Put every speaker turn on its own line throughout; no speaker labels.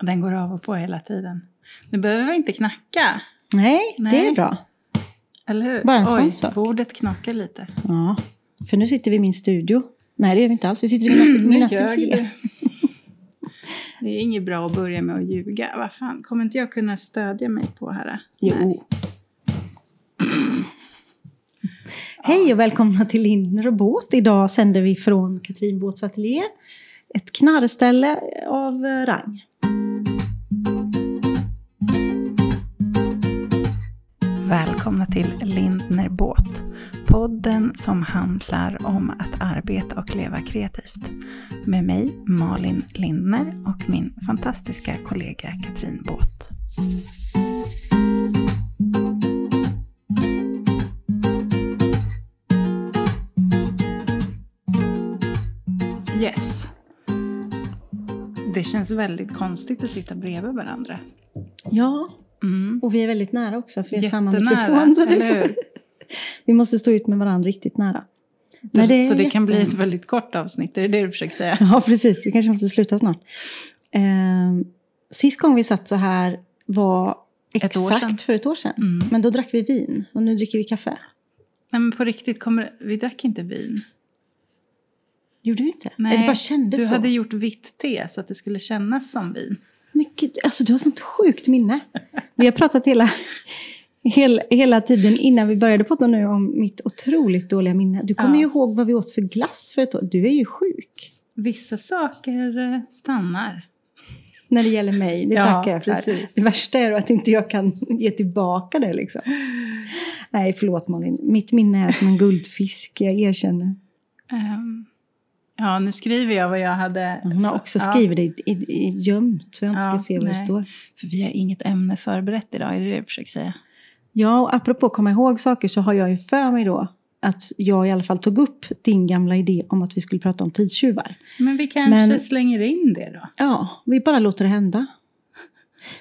Den går av och på hela tiden. Nu behöver vi inte knacka,
Nej, det
Nej.
är bra.
eller hur?
Bara en sån
Oj,
sak.
bordet knakar lite.
Ja, för nu sitter vi i min studio. Nej, det gör vi inte alls. Vi sitter i min, min ateljé.
du. Det är inget bra att börja med att ljuga. Vad fan, kommer inte jag kunna stödja mig på här?
Jo. Hej och välkomna till Lindner och Båt. Idag sänder vi från Katrin Båts ateljé. Ett knarrställe av eh, rang.
Välkomna till Lindner Båt. Podden som handlar om att arbeta och leva kreativt. Med mig Malin Lindner och min fantastiska kollega Katrin Båt. Yes. Det känns väldigt konstigt att sitta bredvid varandra.
Ja,
Mm.
och vi är väldigt nära också för det är samma
Jättenära,
mikrofon. Så
eller
det,
hur?
vi måste stå ut med varandra riktigt nära. Men är
så det kan bli
jätte- Mm.
ett väldigt kort avsnitt, är det det du försöker säga?
Ja, precis. Vi kanske måste sluta snart. Ehm, sist gång vi satt så här var
Ett
exakt
år sedan.
för ett år sedan.
Mm.
Men då drack vi vin och nu dricker vi kaffe.
Nej men på riktigt, kommer, vi drack inte vin.
Gjorde vi inte?
Nej,
Eller det bara kändes
Du
så.
hade gjort vitt te så att det skulle kännas som vin.
Men gud, alltså du har sånt sjukt minne. Vi har pratat hela, hela, hela tiden innan vi började podda nu om mitt otroligt dåliga minne. Du kommer
Ja.
ju ihåg vad vi åt för glass för ett år. Du är ju sjuk.
Vissa saker eh, stannar.
När det gäller mig, det
Ja,
tackar jag för.
precis.
Det värsta är då att inte jag kan ge tillbaka det liksom. Nej, förlåt Malin. Mitt minne är som en guldfisk, jag erkänner.
Ehm, ja, nu skriver jag vad jag hade.
Hon har också
Ja.
skrivit det i, i, i gömt, så jag inte
Ja,
ska se vad det
nej.
står.
För vi har inget ämne förberett idag, är det det du försöker säga?
Ja, och apropå komma ihåg saker så har jag ju för mig då att jag i alla fall tog upp din gamla idé om att vi skulle prata om tidstjuvar.
Men vi kanske
Men-
slänger in det då.
Ja, vi bara låter det hända.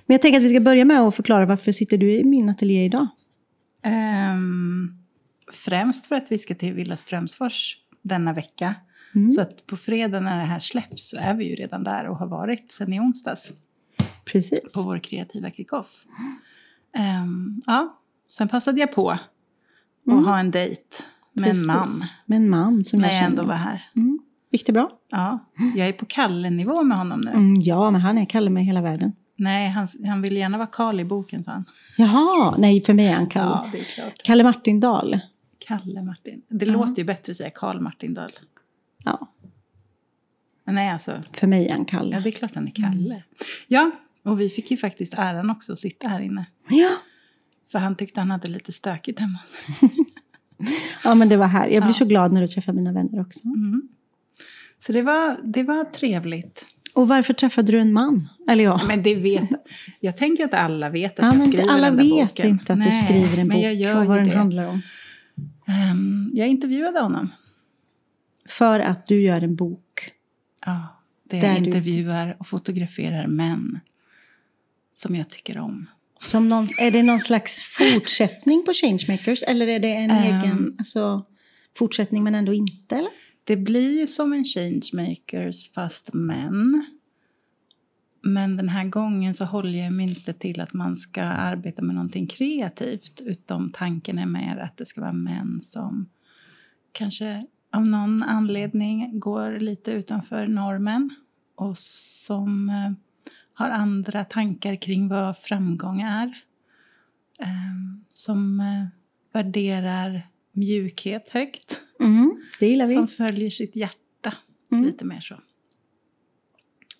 Men jag tänker att vi ska börja med att förklara varför sitter du i min ateljé idag?
Ehm, främst för att vi ska till Villa Strömsfors denna vecka.
Mm.
Så att på fredag när det här släpps så är vi ju redan där och har varit sedan i onsdags
Precis.
på vår kreativa kickoff. Ehm, ja, sen passade jag på att
Mm.
ha en dejt med
Precis.
en man
Med en man som
när
jag
jag ändå
känner.
var här.
Mm. Gick det bra?
Ja, jag är på Kalle-nivå med honom nu.
Mm, ja, men han är Kalle med hela världen.
Nej, han, han vill gärna vara Karl i boken sa han.
Jaha, nej för mig är han Kalle.
Ja, det är klart.
Kalle Martindal.
Kalle Martin. Det
Ja.
låter ju bättre att säga Karl Martindal.
Ja,
Men nej, alltså.
för mig är han
Ja,
Kalle.
det är klart han är Kalle. Ja, och vi fick ju faktiskt äran också att sitta här inne.
Ja.
För han tyckte han hade lite stökigt hemma hos sig.
ja, men det var här. Jag blir
Ja.
så glad när du träffar mina vänner också.
Mm. Så det var, det var trevligt.
Och varför träffade du en man? Eller ja,
Men det vet jag. tänker att alla vet att
ja
jag
men
skriver
alla
den där
vet
boken.
inte att du
Nej,
skriver en
men
bok
jag gör
och vad
ju
den
det.
handlar om.
Ehm, jag intervjuade honom.
För att du gör en bok.
Ja, där
Där
jag
du-
intervjuar och fotograferar män som jag tycker om.
Som någon, är det någon slags fortsättning på Changemakers? Eller är det en
Ehm.
egen alltså, fortsättning men ändå inte? Eller?
Det blir ju som en changemakers fast män. Men den här gången så håller jag mig inte till att man ska arbeta med någonting kreativt utan tanken är mer att det ska vara män som kanske av någon anledning går lite utanför normen och som eh, har andra tankar kring vad framgång är. Eh, Som eh, värderar mjukhet högt.
Mm, det gillar vi.
Som följer sitt hjärta.
Mm.
Lite mer så.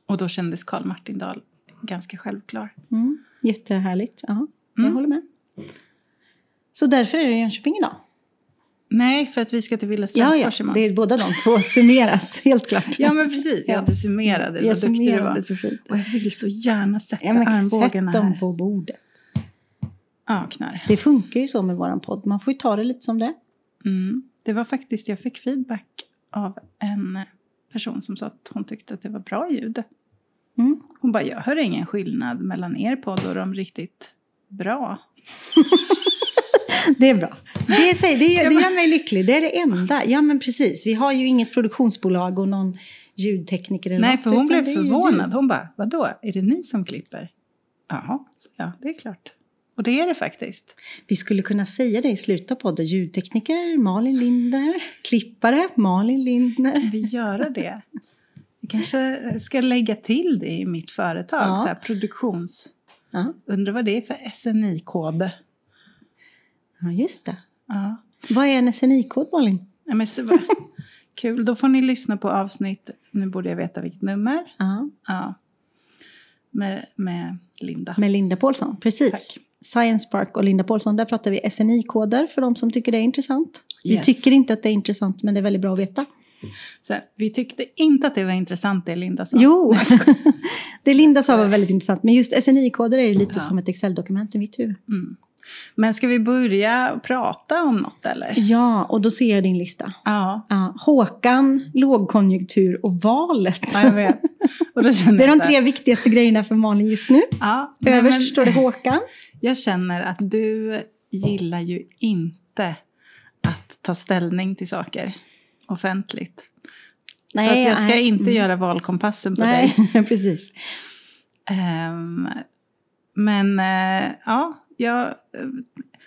Och då kändes Karl Martindal ganska självklar.
Mm, jättehärligt. Ja, Jag
Mm.
håller med. Så därför är det Jönköping idag.
Nej, för att vi ska till Villa
Ja,
Strömsfors
ja,
imorgon.
det är båda de två summerat, helt klart.
Ja, men precis.
Ja.
Ja, du summerade. Vad
jag
duktig du
summerade
var.
så fint.
Och jag vill så gärna sätta
Ja, men
armbågarna
sätt dem
här.
på bordet.
Ja, knar.
Det funkar ju så med våran podd. Man får ju ta det lite som det är.
Mm. Det var faktiskt, jag fick feedback av en person som sa att hon tyckte att det var bra ljud.
mm.
Hon bara, jag hör ingen skillnad mellan er podd och de riktigt bra.
Det är bra. Det, säger, det, det gör mig lycklig. Det är det enda. Ja, men precis. Vi har ju inget produktionsbolag och någon ljudtekniker eller
Nej,
något,
för hon
utan
blev
det är ju
förvånad. Hon bara, vadå, är det ni som klipper? Jaha, så ja, det är klart. Och det är det faktiskt.
du. Vi skulle kunna säga det i slutet av podden. Ljudtekniker Malin Linder, klippare Malin Lindner.
Vi gör det. Vi kanske ska lägga till det i mitt företag,
Ja.
så här, produktions...
Ja,
Undrar vad det är för SNI-kod.
ja just det.
Ja.
Vad är en SNI-kod Malin?
Nej, men så, vad- kul, då får ni lyssna på avsnitt, nu borde jag veta vilket nummer,
Ja.
ja. med, med Linda.
Med Linda Paulsson, precis.
Tack.
Science Park och Linda Paulsson, där pratar vi SNI-koder för de som tycker det är intressant. Vi
Yes.
tycker inte att det är intressant, men det är väldigt bra att veta.
Så, här, vi tyckte inte att det var intressant det Linda sa.
Jo!
Nej, jag skojar.
det Linda sa var väldigt intressant, men just SNI-koder är ju lite
Ja.
som ett Excel-dokument i mitt huvud.
Mm. Men ska vi börja prata om något eller?
Ja, och då ser jag din lista.
Ja,
Ja, Håkan, lågkonjunktur och valet.
ja jag vet. Och då känner
Det är
jag
de
så här,
tre viktigaste grejerna för Malin just nu.
Ja, nej,
Överst
men
står det Håkan.
Jag känner att du gillar ju inte att ta ställning till saker offentligt. så
Nej,
att jag ska
nej.
inte
Mm.
göra valkompassen på dig.
Nej, precis.
Ehm, men eh, ja, jag, eh,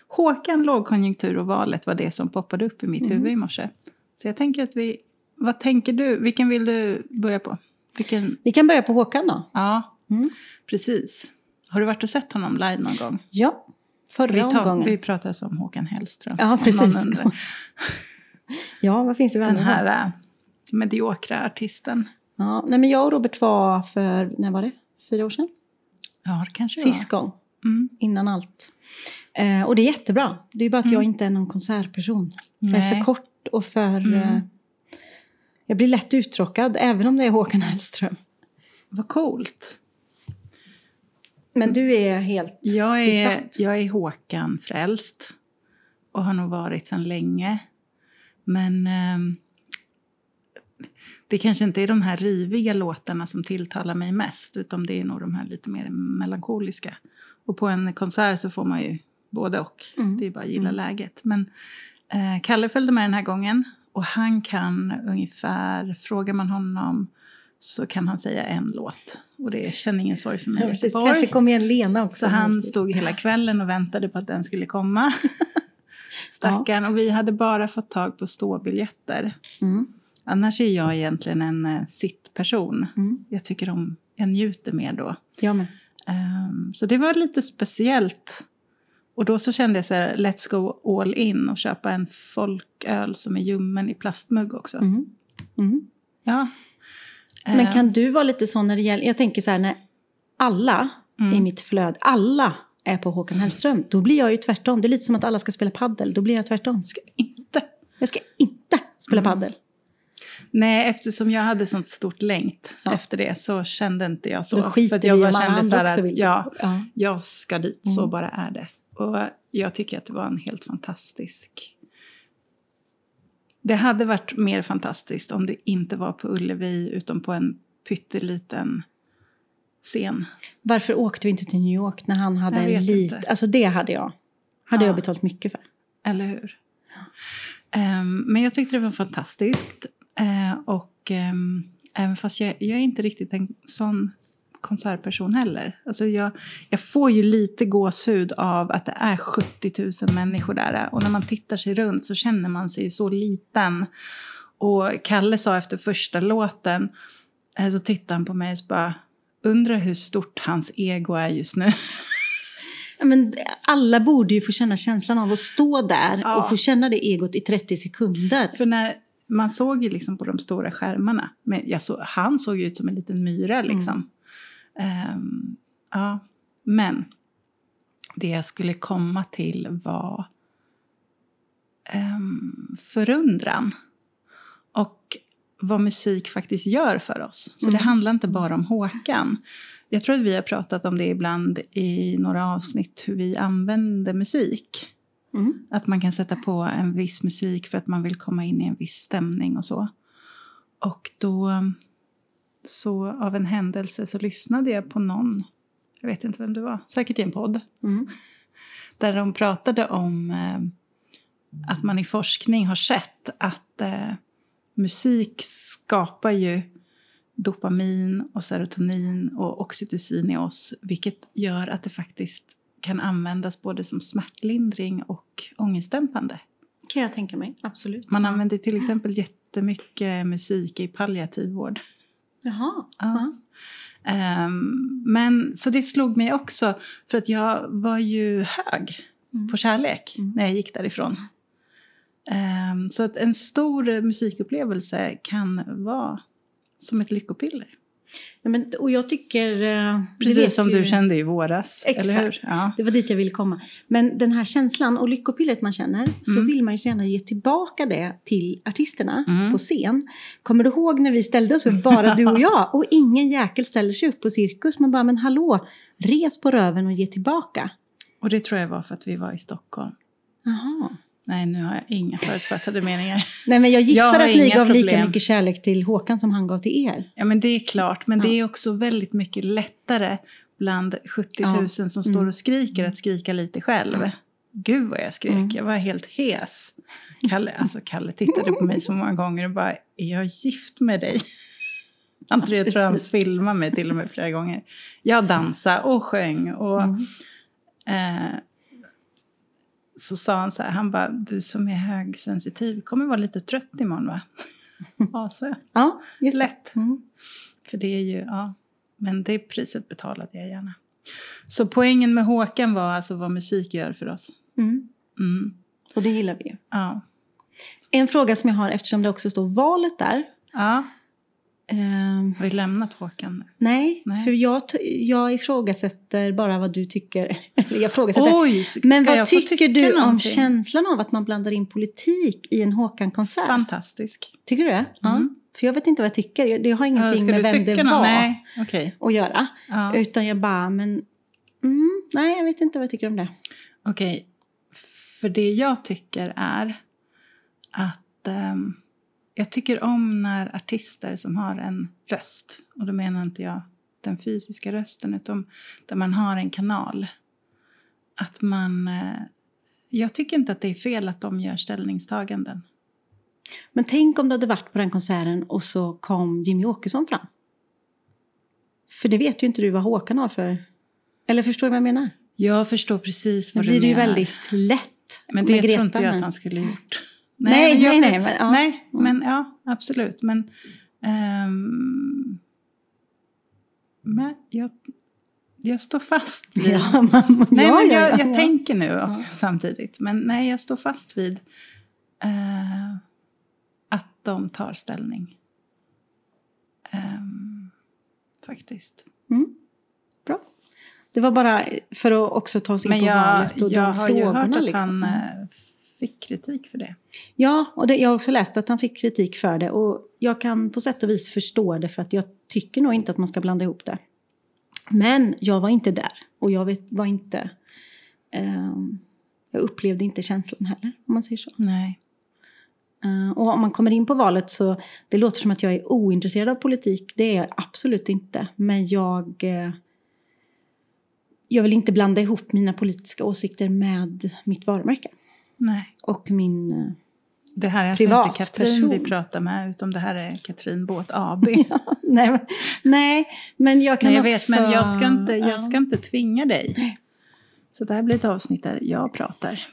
Håkan, lågkonjunktur och valet var det som poppade upp i mitt
Mm.
huvud i morse. Så jag tänker att vi, vad tänker du, vilken vill du börja på? Vilken,
Vi kan börja på Håkan då.
ja,
Mm.
precis. Har du varit och sett honom live någon gång?
Ja,
Vi,
förra
tar,
omgången.
vi pratar som Håkan Hellström.
Ja,
om någon
precis.
undrar.
Ja, vad finns det för
Den
andra då?
här eh, mediokra artisten.
Ja, nej men jag och Robert var för, när var det? Fyra år sedan?
Ja, det kanske det
Sist gång,
var. Mm.
innan allt. Eh, och det är jättebra. Det är bara att jag inte är någon konsertperson. Jag är
Mm. Nej.
för kort och för...
Mm.
Eh, jag blir lätt uttråkad, även om det är Håkan Hellström.
Vad coolt.
Men du är helt...
Jag är,
Besatt.
jag är Håkan-frälst och har nog varit sedan länge. Men ehm, det kanske inte är de här riviga låtarna som tilltalar mig mest utan det är nog de här lite mer melankoliska. Och på en konsert så får man ju både och.
Mm.
Det är bara att gilla läget. Men eh, Kalle följde med den här gången och han kan ungefär, frågar man honom så kan han säga en låt. Och det är Känn ingen sorg för mig
Ja, precis.
Mm. Göteborg.
Kanske kom igen Lena också.
Så han stod hela kvällen och väntade på att den skulle komma. Stackarn. Och vi hade bara fått tag på ståbiljetter.
Mm.
Annars är jag egentligen en eh, sittperson.
Mm.
Jag tycker om, jag njuter mer då.
Jag med.
Ehm, så det var lite speciellt. Och då så kände jag så här, let's go all in och köpa en folköl som är ljummen i plastmugg också.
Mm. Mm.
Ja.
Men
Ehm,
kan du vara lite sån när det gäller, jag tänker så här när alla
Mm.
i mitt flöd, alla är på Håkan Hellström, då blir jag ju tvärtom. Det är lite som att alla ska spela paddel, då blir jag tvärtom.
ska inte.
Jag ska inte spela
Mm.
paddel.
Nej, eftersom jag hade sånt stort längt
Ja.
efter det så kände inte jag så.
Då skiter
för att jag
vi i
bara
om alla
kände så
andra
här
också
att
vill.
ja,
Ja.
jag ska dit, så
Mm.
bara är det. Och jag tycker att det var en helt fantastisk... Det hade varit mer fantastiskt om det inte var på Ullevi utan på en pytteliten scen.
Varför åkte vi inte till New York när han hade
Jag
en
vet
liten...
inte.
Alltså det hade jag. Hade
Ja.
jag betalat mycket för.
Eller hur? Ehm, men jag tyckte det var fantastiskt. Eh, och ehm, även fast jag, jag är inte riktigt en sån konsertperson heller. Alltså jag, jag får ju lite gåshud av att det är 70 000 människor där. Och när man tittar sig runt så känner man sig så liten. Och Kalle sa efter första låten, eh, så tittade han på mig och så bara undrar hur stort hans ego är just nu.
Ja, Men alla borde ju få känna känslan av att stå där
Ja.
och få känna det egot i 30 sekunder.
För när man såg ju liksom på de stora skärmarna, men jag så, han såg ju ut som en liten myra liksom. Ehm, ja. Men det jag skulle komma till var ehm, förundran och vad musik faktiskt gör för oss. Så det
Mm.
handlar inte bara om Håkan. Jag tror att vi har pratat om det ibland i några avsnitt, hur vi använder musik.
Mm.
Att man kan sätta på en viss musik för att man vill komma in i en viss stämning och så. Och då, mm, så av en händelse så lyssnade jag på någon, jag vet inte vem det var, säkert i en podd.
Mm.
Där de pratade om eh, att man i forskning har sett att eh, musik skapar ju dopamin och serotonin och oxytocin i oss vilket gör att det faktiskt kan användas både som smärtlindring och ångestdämpande.
kan jag tänka mig. Absolut.
Man använder till exempel jättemycket musik i palliativ vård.
Jaha.
Ja. Ehm, men, så det slog mig också, för att jag var ju hög
Mm.
på kärlek
Mm.
när jag gick därifrån. Ehm, så att en stor musikupplevelse kan vara som ett lyckopiller.
Ja, men, och jag tycker... eh, det vet
Precis som
ju-
du kände i våras,
Exakt.
eller hur? Ja.
Det var dit jag ville komma. Men den här känslan och lyckopillret man känner så
Mm.
vill man ju så gärna ge tillbaka det till artisterna
Mm.
på scen. Kommer du ihåg när vi ställde oss upp, bara du och jag, och ingen jäkel ställer sig upp på cirkus. Man bara, men hallå, res på röven och ge tillbaka.
Och det tror jag var för att vi var i Stockholm.
Jaha.
Nej, nu har jag inga förutfattade meningar.
Nej, men jag
Jag
gissar
har
att ni
inga
gav lika
problem.
mycket kärlek till Håkan som han gav till er.
Ja, men det är klart. Men
Ja.
det är också väldigt mycket lättare bland 70 000
Ja.
som
Mm.
står och skriker att skrika lite själv.
Mm.
Gud vad jag skrek,
Mm.
jag var helt hes. Kalle, alltså Kalle tittade på mig så många gånger och bara, är jag gift med dig? Han tror, jag tror han
precis.
filmade mig till och med flera gånger. Jag dansade och sjöng och
Mm.
eh, så sa han så här, han bara, du som är högsensitiv kommer vara lite trött imorgon va? ja, så
Ja, just det.
lätt.
Mm.
För det är ju, ja. Men det priset betalade jag gärna. Så poängen med Håkan var alltså vad musik gör för oss.
Mm.
Mm.
Och det gillar vi ju.
Ja.
En fråga som jag har, eftersom det också står valet där.
ja,
Ehm,
har vi lämnat Håkan nu?
Nej,
Nej.
för jag, t- jag ifrågasätter bara vad du tycker. Eller jag ifrågasätter.
Oj, ska
men vad
jag få
tycker
tycka
du om
någonting?
känslan av att man blandar in politik i en Håkan-konsert?
Fantastisk.
Tycker du det? Ja.
Mm.
För jag vet inte vad jag tycker. Jag, det har
Ja,
ingenting
ska
med
du
vem
tycka
det
någon?
var
Nej, okej.
att göra.
Ja.
Utan jag bara, men... Mm, nej, jag vet inte vad jag tycker om det.
Okej, för det jag tycker är att ehm, jag tycker om när artister som har en röst, och då menar inte jag den fysiska rösten, utan där man har en kanal. Att man... eh, jag tycker inte att det är fel att de gör ställningstaganden.
Men tänk om du hade varit på den konserten och så kom Jimmy Åkesson fram. För det vet ju inte du vad Håkan har för... Eller förstår du vad jag menar?
Jag förstår precis
Då
vad
blir
du
det ju
menar.
väldigt lätt
Men det
med Greta.
tror inte jag
men-
att han skulle ha gjort.
Nej,
men jag-
nej, nej, men, ja.
Nej,
Mm.
men ja, absolut. Men, ehm, men jag, jag står fast vid...
Ja, mamma.
nej,
ja,
men jag,
ja, ja, Mm.
jag
ja.
tänker nu och-
Ja.
samtidigt. Men nej, jag står fast vid eh, att de tar ställning. Ehm, faktiskt.
Mm. Bra. Det var bara för att också ta sig in
Men
på
jag,
valet och
jag
de
har ju hört
frågorna.
att han
Liksom.
eh, fick kritik för det.
Ja, och det, jag har också läst att han fick kritik för det. Och jag kan på sätt och vis förstå det för att jag tycker nog inte att man ska blanda ihop det. Men jag var inte där och jag vet, var inte... ehm, jag upplevde inte känslan heller, om man säger så.
Nej.
Eh, Och om man kommer in på valet så, det låter som att jag är ointresserad av politik. Det är jag absolut inte. Men jag, eh, jag vill inte blanda ihop mina politiska åsikter med mitt varumärke.
Nej.
Och min... eh,
Det här är alltså
privat
inte Katrin
person.
vi pratar med, utan det här är Katrin Båt AB.
nej, men- nej, men jag kan
Nej, jag vet,
också...
men jag ska, inte,
ja.
jag ska inte tvinga dig. Så det här blir ett avsnitt där jag pratar.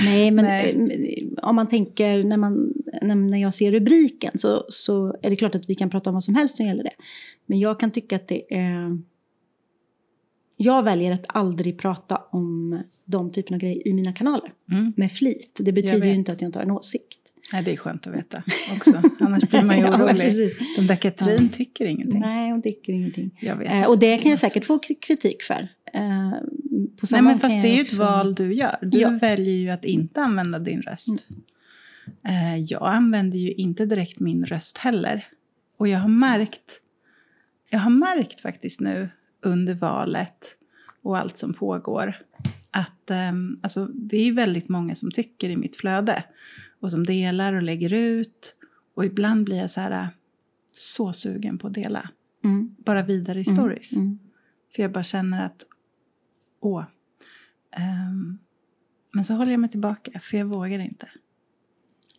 Nej, men
Nej.
eh, om man tänker när, man, när, när jag ser rubriken så, så är det klart att vi kan prata om vad som helst när det gäller det. Men jag kan tycka att det är... Jag väljer att aldrig prata om de typerna av grejer i mina kanaler
Mm.
med flit. Det betyder
vet.
ju inte att jag inte har en åsikt.
Nej, det är skönt att veta också. Annars blir man ju
Ja, men
orolig.
precis.
Den där Katrin tycker ingenting.
Nej, hon tycker ingenting.
Jag vet.
Eh, och det kan jag säkert få k- kritik för. Eh, på samma
Nej, men
gång kan
fast det är
jag
ju ett
också-
val du gör. Du
Ja.
väljer ju att inte använda din röst. Eh, Jag använder ju inte direkt min röst heller. Och jag har märkt, jag har märkt faktiskt nu under valet och allt som pågår att ehm, alltså, det är väldigt många som tycker i mitt flöde och som delar och lägger ut. Och ibland blir jag så här, eh, så sugen på att dela.
Mm,
Bara vidare i
mm,
stories.
mm.
För jag bara känner att, åh, Ehm, men så håller jag mig tillbaka, för jag vågar inte.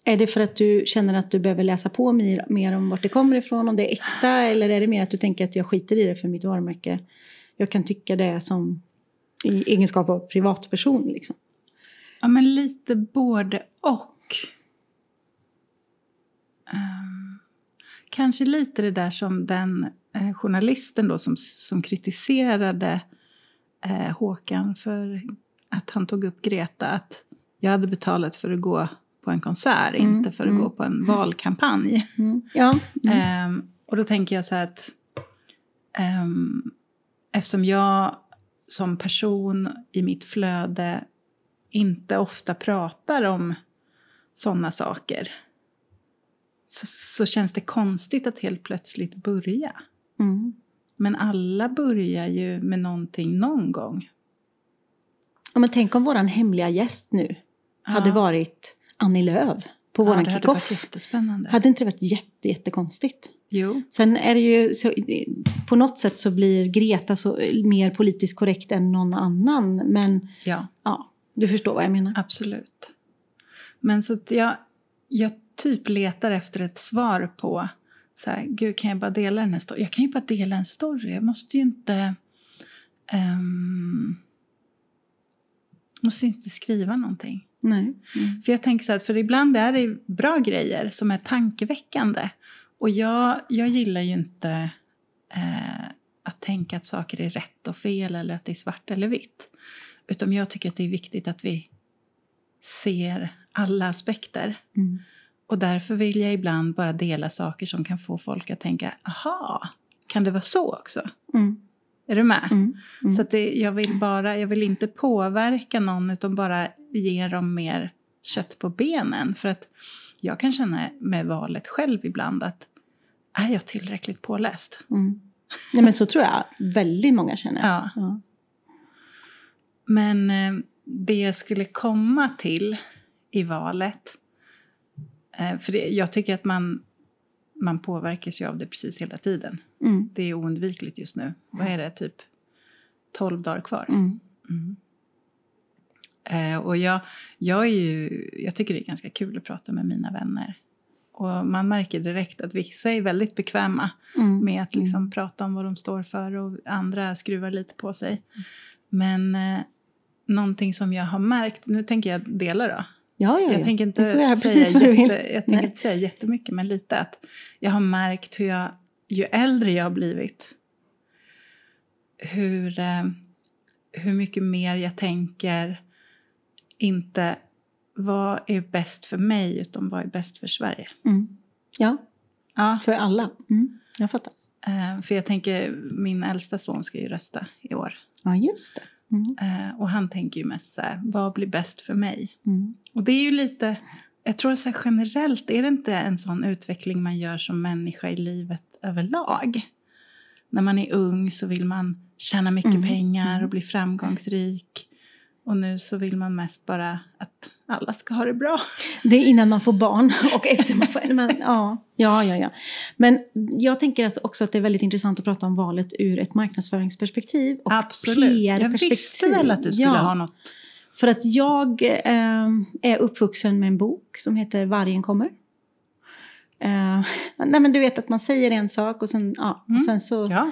Är det för att du känner att du behöver läsa på mer, mer om vart det kommer ifrån, om det är äkta, eller är det mer att du tänker att jag skiter i det för mitt varumärke? Jag kan tycka det som i egenskap av privatperson. Liksom.
Ja, men lite både och. Ehm, kanske lite det där som den eh, journalisten då som, som kritiserade eh, Håkan för att han tog upp Greta, att jag hade betalat för att gå på en konsert,
Mm,
inte för att
mm.
gå på en valkampanj.
Mm. Ja. Mm.
Ehm, och då tänker jag så här att ehm, eftersom jag som person i mitt flöde inte ofta pratar om sådana saker så, så känns det konstigt att helt plötsligt börja.
Mm.
Men alla börjar ju med någonting någon gång.
Ja, men tänk om vår hemliga gäst nu hade varit Annie Lööf på
ja,
vår
det hade varit
kickoff.
jättespännande.
Hade inte det varit jätte, jättekonstigt?
Jo.
Sen är det ju så, på något sätt så blir Greta så, mer politiskt korrekt än någon annan. Men
Ja.
ja, du förstår vad jag menar.
Absolut. Men så att jag, jag typ letar efter ett svar på så här, gud kan jag bara dela den här storyn? Jag kan ju bara dela en story, jag måste ju inte... Um, måste inte skriva någonting.
Nej. Mm.
För jag tänker så här, för ibland är det bra grejer som är tankeväckande. Och jag, jag gillar ju inte eh, att tänka att saker är rätt och fel eller att det är svart eller vitt. Utan jag tycker att det är viktigt att vi ser alla aspekter.
Mm.
Och därför vill jag ibland bara dela saker som kan få folk att tänka, aha, kan det vara så också?
Mm.
Är du med?
Mm. Mm.
Så att det, jag, vill bara, jag vill inte påverka någon utan bara ge dem mer kött på benen. För att jag kan känna med valet själv ibland att är jag tillräckligt påläst?
Mm. Nej, men så tror jag väldigt många känner.
Ja.
Ja.
Men eh, det jag skulle komma till i valet, eh, för det, jag tycker att man, man påverkas ju av det precis hela tiden.
Mm.
Det är oundvikligt just nu. Vad är det, typ 12 dagar kvar?
Mm.
Mm. Eh, och jag, jag, är ju, jag tycker det är ganska kul att prata med mina vänner. Och man märker direkt att vissa är väldigt bekväma
Mm.
med att liksom prata om vad de står för och andra skruvar lite på sig. Men eh, någonting som jag har märkt, nu tänker jag dela då.
Ja, ja, ja.
Jag tänker
Mm. Du får göra
inte,
precis vad du
säga,
vill.
jätte, jag tänker
Nej.
inte säga jättemycket, men lite att jag har märkt hur jag, ju äldre jag har blivit, hur, eh, hur mycket mer jag tänker inte vad är bäst för mig, utan vad är bäst för Sverige.
Mm. Ja,
Ja,
för alla. Mm. Jag fattar.
eh, för jag tänker, min äldsta son ska ju rösta i år.
Ja, just det. Mm.
Eh, Och han tänker ju mest så här, vad blir bäst för mig?
Mm.
Och det är ju lite, jag tror så här generellt, är det inte en sån utveckling man gör som människa i livet överlag? När man är ung så vill man tjäna mycket
Mm,
pengar
mm.
och bli framgångsrik. Och nu så vill man mest bara att alla ska ha det bra.
Det är innan man får barn och efter man får... Men, ja, ja, ja, ja. Men jag tänker att också att det är väldigt intressant att prata om valet ur ett marknadsföringsperspektiv och
Jag
PR-perspektiv.
visste väl att du skulle
ja,
ha något.
För att jag eh, är uppvuxen med en bok som heter Vargen kommer. Eh, nej men du vet att man säger en sak och sen, ja,
Mm.
och sen så...
Ja.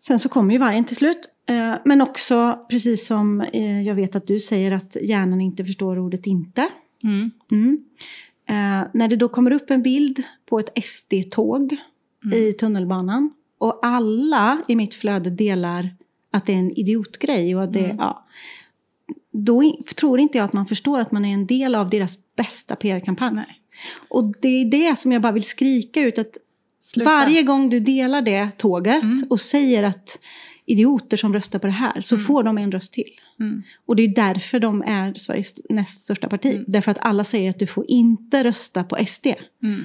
Sen så kommer ju vargen till slut. Eh, Men också, precis som eh, jag vet att du säger, att hjärnan inte förstår ordet inte.
Mm.
Mm. Eh, När det då kommer upp en bild på ett SD-tåg
Mm.
i tunnelbanan och alla i mitt flöde delar att det är en idiotgrej och att det,
Mm.
ja. Då i- tror inte jag att man förstår att man är en del av deras bästa PR-kampanj.
Nej.
Och det är det som jag bara vill skrika ut att
Sluta.
varje gång du delar det tåget
Mm.
och säger att idioter som röstar på det här så
Mm.
får de en röst till.
Mm.
Och det är därför de är Sveriges näst största parti.
Mm.
Därför att alla säger att du får inte rösta på SD.
Mm.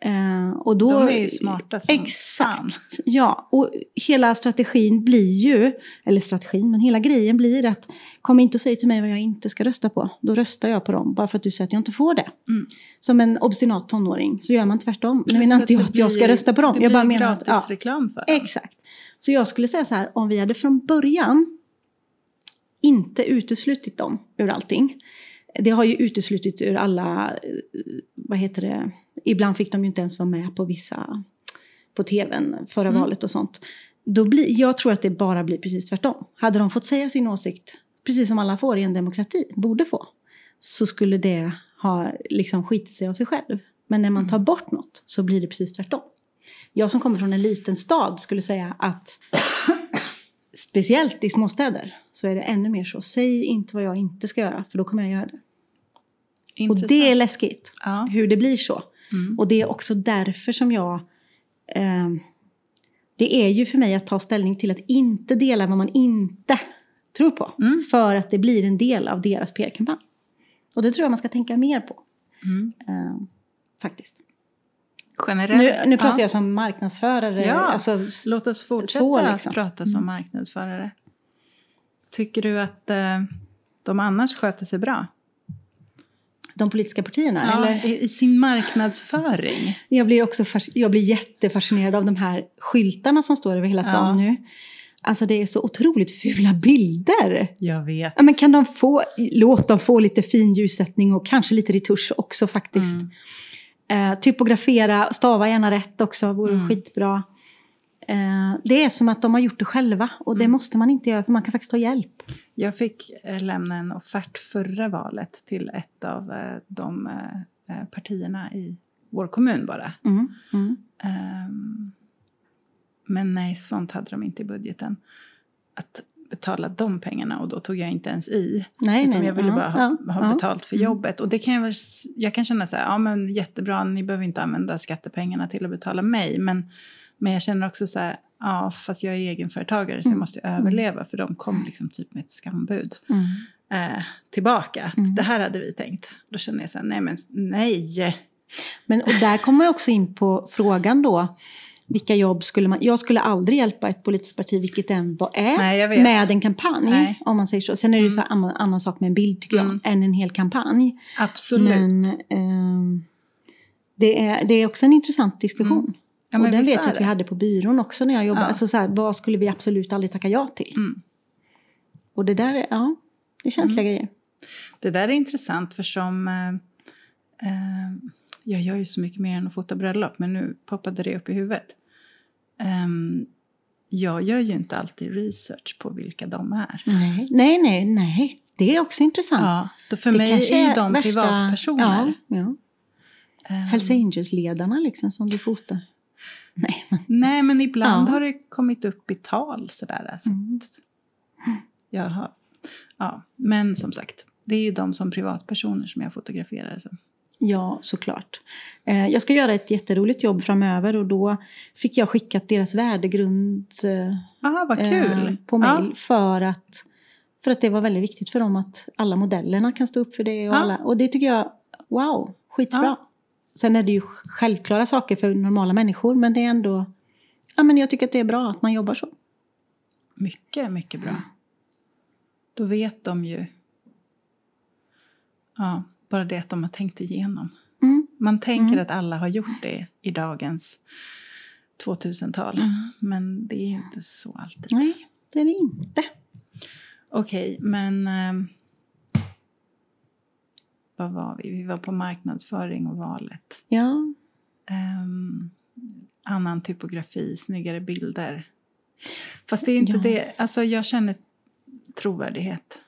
Eh, och då,
De är ju smarta som fan.
Exakt. Ja, och hela strategin blir ju, eller strategin, men hela grejen blir att kom inte och säg till mig vad jag inte ska rösta på. Då röstar jag på dem, bara för att du säger att jag inte får det.
Mm.
Som en obstinat tonåring så gör man tvärtom. Nu
Plus
menar
att
inte jag
det
att jag ska
blir-
rösta på dem.
Det
Jag bara
blir
menar att...
gratis reklam för dem.
Exakt. Så jag skulle säga så här, om vi hade från början inte uteslutit dem ur allting. Det har ju uteslutits ur alla, eh, vad heter det, ibland fick de ju inte ens vara med på vissa, på tvn förra
Mm.
valet och sånt. Då blir, jag tror att det bara blir precis tvärtom. Hade de fått säga sin åsikt, precis som alla får i en demokrati, borde få, så skulle det ha liksom skitit sig av sig själv. Men när man tar bort något så blir det precis tvärtom. Jag som kommer från en liten stad skulle säga att speciellt i småstäder så är det ännu mer så. Säg inte vad jag inte ska göra, för då kommer jag göra det. Och det är läskigt,
Ja.
hur det blir så.
Mm.
Och det är också därför som jag... Eh, det är ju för mig att ta ställning till att inte dela vad man inte tror på.
Mm.
För att det blir en del av deras PR-kampanj. Och det tror jag man ska tänka mer på,
Mm.
eh, faktiskt.
Generellt.
Nu, nu pratar
ja.
jag som marknadsförare.
Ja.
Alltså,
Låt oss fortsätta
Så, liksom.
att prata som marknadsförare. Tycker du att eh, de annars sköter sig bra?
de politiska partierna,
Ja,
eller?
i, I sin marknadsföring?
Jag blir också fas- jag blir jättefascinerad av de här skyltarna som står över hela stan nu. Alltså det är så otroligt fula bilder.
Jag vet.
Ja, men kan de få, låt dem få lite fin ljussättning och kanske lite retusch också faktiskt.
Mm.
Eh, typografera, stava gärna rätt också, vore skitbra. Eh, det är som att de har gjort det själva och
Mm.
det måste man inte göra för man kan faktiskt ta hjälp.
Jag fick eh, lämna en offert förra valet till ett av eh, de eh, eh, partierna i vår kommun bara.
Mm. Mm.
Ehm, men nej, sånt hade de inte i budgeten. Att betala de pengarna och då tog jag inte ens i.
Nej,
utan
nej,
jag ville
ja,
bara ha,
ja, Mm.
ha
ja.
betalt för jobbet. Och det kan jag, väl, s- jag kan känna så här, ja men jättebra, ni behöver inte använda skattepengarna till att betala mig. Men, men jag känner också så här, ja fast jag är egenföretagare så jag måste överleva. För de kom liksom typ med ett skambud
Mm.
eh, tillbaka. att
Mm.
Det här hade vi tänkt. Då känner jag så här, nej men s- nej.
Men och där kommer jag också in på frågan då. Vilka jobb skulle man... Jag skulle aldrig hjälpa ett politiskt parti, vilket det än vad är,
Nej, jag vet.
med en kampanj.
Nej.
Om man säger så. Sen är det ju så här annan, annan sak med en bild, tycker jag,
Mm.
än en hel kampanj.
Absolut.
Men ehm, det, är, det är också en intressant diskussion.
Mm. ja,
och den
visst
vet jag
är
att vi
det.
hade på byrån också när jag jobbade.
Ja.
Alltså så här, vad skulle vi absolut aldrig tacka ja till?
Mm.
Och det där är, ja, det är känsliga grejer.
Det där är intressant för som... Eh, eh, jag gör ju så mycket mer än att fota bröllop men nu poppade det upp i huvudet. Ehm, jag gör ju inte alltid research på vilka de är.
Nej, nej, nej. nej. Det är också intressant.
Ja, då för
det
mig
kanske
är ju de
värsta-
privatpersoner.
Ja, ja.
Ehm,
Hells Angels-ledarna liksom som du fotar. Nej, men
nej, men ibland
Ja.
har det kommit upp i tal sådär. Alltså.
Mm.
Jag har, ja, men som sagt, det är ju de som privatpersoner som jag fotograferar. Så.
ja, såklart. Eh, jag ska göra ett jätteroligt jobb framöver och då fick jag skickat deras värdegrund eh,
Ah, vad kul!
eh, på mail för, att, för att det var väldigt viktigt för dem att alla modellerna kan stå upp för det. Och,
Ja.
alla, och det tycker jag, wow, skitbra.
Ja.
Sen är det ju självklara saker för normala människor men det är ändå, ja men jag tycker att det är bra att man jobbar så.
Mycket, mycket
Mm.
bra. Då vet de ju. Ja, bara det att de har tänkt igenom.
Mm.
Man tänker
Mm.
att alla har gjort det i dagens 2000-tal. Men det är ju inte så alltid.
Mm. Nej, det är det inte.
Okej, men... ehm, vad var vi? Vi var på marknadsföring och valet.
Ja,
Ehm, annan typografi, snyggare bilder. Fast det är inte
Ja.
det. Alltså jag känner trovärdighet.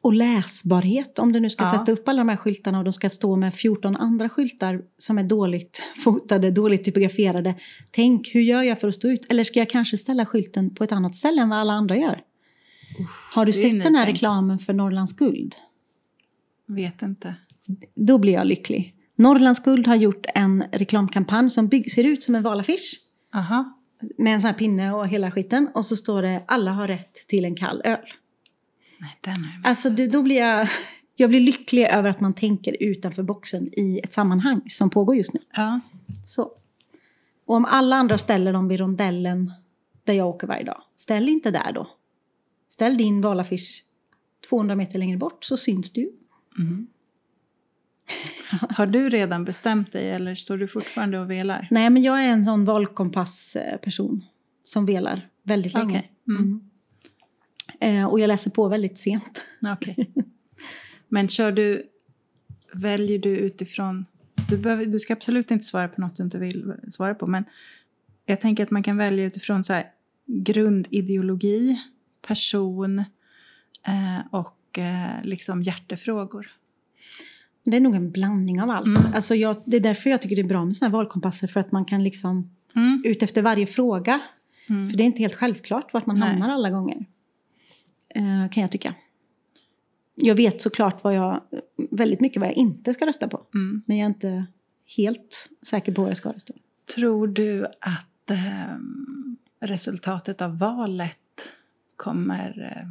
Och läsbarhet, om du nu ska
Ja.
sätta upp alla de här skyltarna och de ska stå med 14 andra skyltar som är dåligt fotade, dåligt typograferade. Tänk, hur gör jag för att stå ut? Eller ska jag kanske ställa skylten på ett annat ställe än vad alla andra gör? Har du
det är
sett den här
nytänkt.
reklamen för Norrlands guld?
Vet inte.
Då blir jag lycklig. Norrlands guld har gjort en reklamkampanj som bygg, ser ut som en valaffisch.
Aha.
Med en sån här pinne och hela skiten. Och så står det alla har rätt till en kall öl.
Nej, den är
Alltså, du, då blir jag, jag blir lycklig över att man tänker utanför boxen i ett sammanhang som pågår just nu.
ja.
Så. Och om alla andra ställer dem vid rondellen där jag åker varje dag, ställ inte där då. Ställ din valaffisch 200 meter längre bort så syns du.
Har du redan bestämt dig eller står du fortfarande och velar?
Nej, men jag är en sån valkompassperson som velar väldigt länge.
Okej. Mm.
Mm. Eh, och jag läser på väldigt sent.
Okej. Men kör du, väljer du utifrån... Du, behöver, du ska absolut inte svara på något du inte vill svara på. Men jag tänker att man kan välja utifrån så här, grundideologi, person eh, och eh, liksom hjärtefrågor.
Det är nog en blandning av allt.
Mm.
Alltså jag, det är därför jag tycker det är bra med såna här valkompasser. För att man kan liksom
Mm.
ut efter varje fråga.
Mm.
För det är inte helt självklart vart man
Nej.
hamnar alla gånger. Eh, kan jag tycka. Jag vet såklart vad jag, väldigt mycket vad jag inte ska rösta på.
Mm.
Men jag är inte helt säker på vad jag ska rösta på.
Tror du att eh, resultatet av valet kommer eh,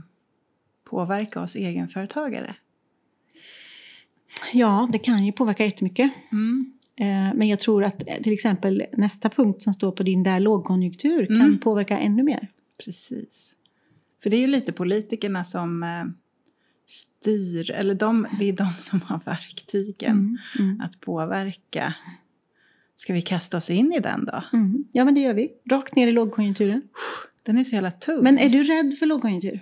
påverka oss egenföretagare?
Ja, det kan ju påverka jättemycket.
Mm.
Eh, Men jag tror att eh, till exempel nästa punkt som står på din där lågkonjunktur kan
Mm.
påverka ännu mer.
Precis. För det är ju lite politikerna som eh, styr, eller de, det är de som har verktygen
Mm, mm,
att påverka. Ska vi kasta oss in i den då?
mm. Ja, men det gör vi. Rakt ner i lågkonjunkturen.
Den är så jävla tung.
Men är du rädd för lågkonjunktur?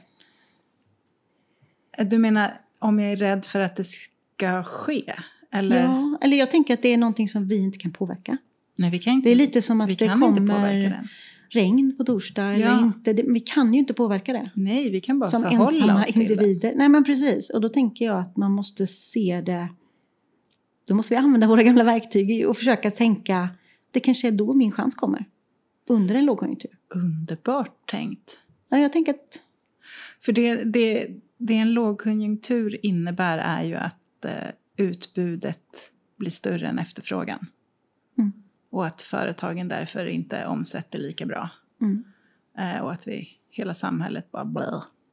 Eh, Du menar om jag är rädd för att det ska ske? Eller?
Ja, eller jag tänker att det är någonting som vi inte kan påverka.
Nej, vi kan inte,
Det är lite som att
vi
det
kan inte påverka
kommer
den.
regn på torsdag eller
Ja.
inte. Det- Vi kan ju inte påverka det.
Nej, vi kan bara
som
förhålla
ensamma
oss till
individer. Nej men precis, och då tänker jag att man måste se det... Då måste vi använda våra gamla verktyg och försöka tänka det kanske är då min chans kommer. Under en lågkonjunktur.
det. Underbart tänkt.
Ja, jag tänker att...
För det, det, det en lågkonjunktur innebär är ju att eh, utbudet blir större än efterfrågan.
Mm.
Och att företagen därför inte omsätter lika bra.
Mm.
Eh, och att vi, hela samhället bara blä.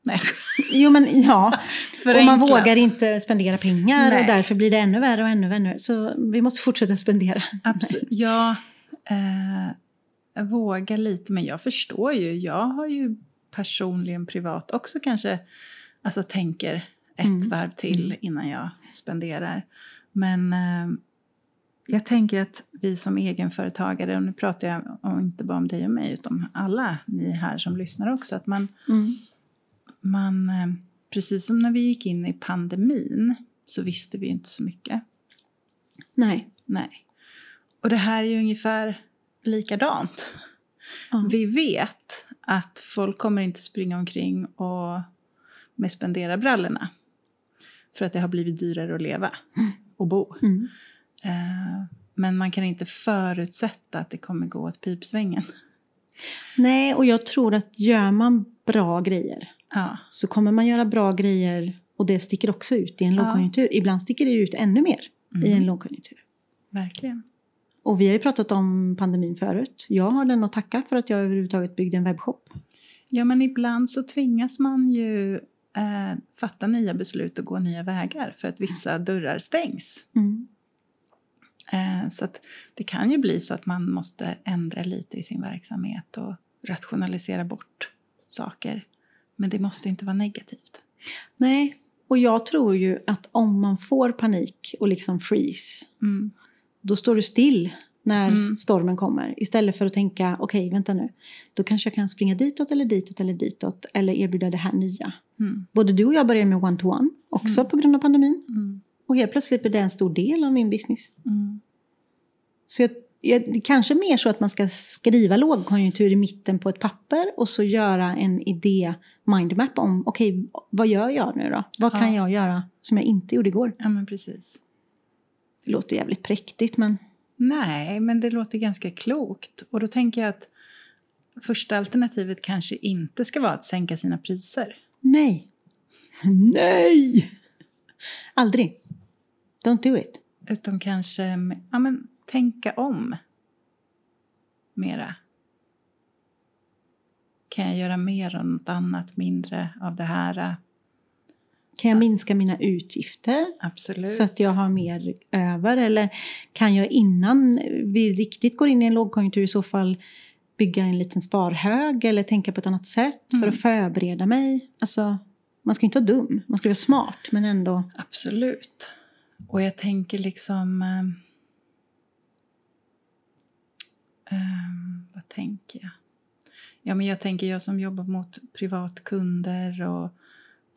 Nej,
Jo men ja, och man
förenklat.
vågar inte spendera pengar
Nej.
och därför blir det ännu värre och ännu värre. Så vi måste fortsätta spendera.
Absolut. Ja, eh, våga lite. Men jag förstår ju. Jag har ju personligen privat också kanske alltså tänker ett
Mm.
varv till innan jag spenderar. Men eh, jag tänker att vi som egenföretagare, och nu pratar jag om, inte bara om dig och mig utan alla ni här som lyssnar också, att man,
Mm.
man eh, precis som när vi gick in i pandemin så visste vi ju inte så mycket.
Nej.
Nej. Och det här är ju ungefär likadant.
Ja.
Vi vet att folk kommer inte springa omkring och med spenderarbrallorna. För att det har blivit dyrare att leva och bo.
Mm.
Eh, Men man kan inte förutsätta att det kommer gå åt pipsvängen.
Nej, och jag tror att gör man bra grejer
Ja,
så kommer man göra bra grejer och det sticker också ut i en
Ja.
lågkonjunktur. Ibland sticker det ut ännu mer
Mm.
i en lågkonjunktur.
verkligen.
Och vi har ju pratat om pandemin förut. Jag har den att tacka för att jag överhuvudtaget byggde en webbshop.
Ja, men ibland så tvingas man ju eh, fatta nya beslut och gå nya vägar för att vissa dörrar stängs. Eh, Så att det kan ju bli så att man måste ändra lite i sin verksamhet och rationalisera bort saker. Men det måste inte vara negativt.
Nej, och jag tror ju att om man får panik och liksom freeze,
Mm.
då står du still när
Mm.
stormen kommer. Istället för att tänka, okej, vänta nu, då kanske jag kan springa ditåt eller ditåt eller ditåt eller erbjuda det här nya.
Mm.
Både du och jag började med one-to-one, också
Mm.
på grund av pandemin.
Mm.
Och helt plötsligt blir det en stor del av min business.
Mm.
Så jag, jag, det kanske är mer så att man ska skriva lågkonjunktur i mitten på ett papper och så göra en idé-mindmap om okej, vad gör jag nu då? Vad
Ja.
kan jag göra som jag inte gjorde igår?
Ja, men precis.
Det låter jävligt präktigt, men
Nej, men det låter ganska klokt. Och då tänker jag att första alternativet kanske inte ska vara att sänka sina priser.
nej. Nej! Aldrig. Don't do it.
Utan kanske mm, ja, men, tänka om mera. Kan jag göra mer av något annat, mindre av det här?
Kan jag minska mina utgifter?
Absolut.
Så att jag har mer över? Eller kan jag innan vi riktigt går in i en lågkonjunktur i så fall bygga en liten sparhög eller tänka på ett annat sätt
Mm.
för att förbereda mig? Alltså, man ska inte vara dum, man ska vara smart men ändå...
Absolut. Och jag tänker liksom... ehm, ehm, vad tänker jag? Ja, men jag tänker jag som jobbar mot privatkunder och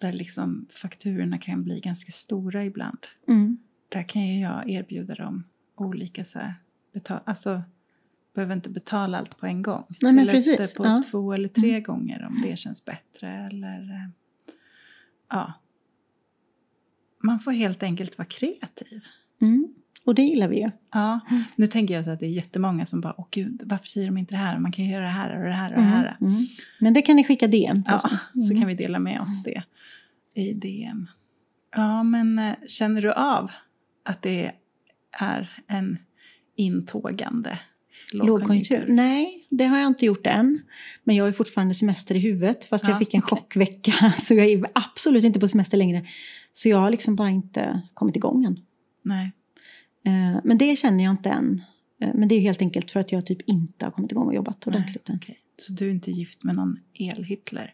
där liksom fakturorna kan bli ganska stora ibland.
Mm.
Där kan ju jag erbjuda dem olika så här, betal, alltså behöver inte betala allt på en gång.
Nej, men
Dela upp
precis,
det på
ja. Mm.
två eller tre gånger om det känns bättre eller eh, ja. Man får helt enkelt vara kreativ.
Mm. Och det gillar vi ju.
Ja,
Mm.
nu tänker jag så att det är jättemånga som bara, åh gud, varför säger de inte det här? Man kan ju göra det här och det här och det här.
Mm. Mm. Men det kan ni skicka DM på.
Ja,
sen.
så
Mm.
kan vi dela med oss det i DM. Ja, men eh, känner du av att det är en intågande
Lågkonjunktur? Nej, det har jag inte gjort än. Men jag är fortfarande semester i huvudet, fast
Ja,
jag fick en chockvecka. Så jag är absolut inte på semester längre. Så jag har liksom bara inte kommit igång än.
Nej.
Eh, Men det känner jag inte än. Eh, Men det är ju helt enkelt för att jag typ inte har kommit igång och jobbat ordentligt än.
okej. Så du är inte gift med någon el-Hitler?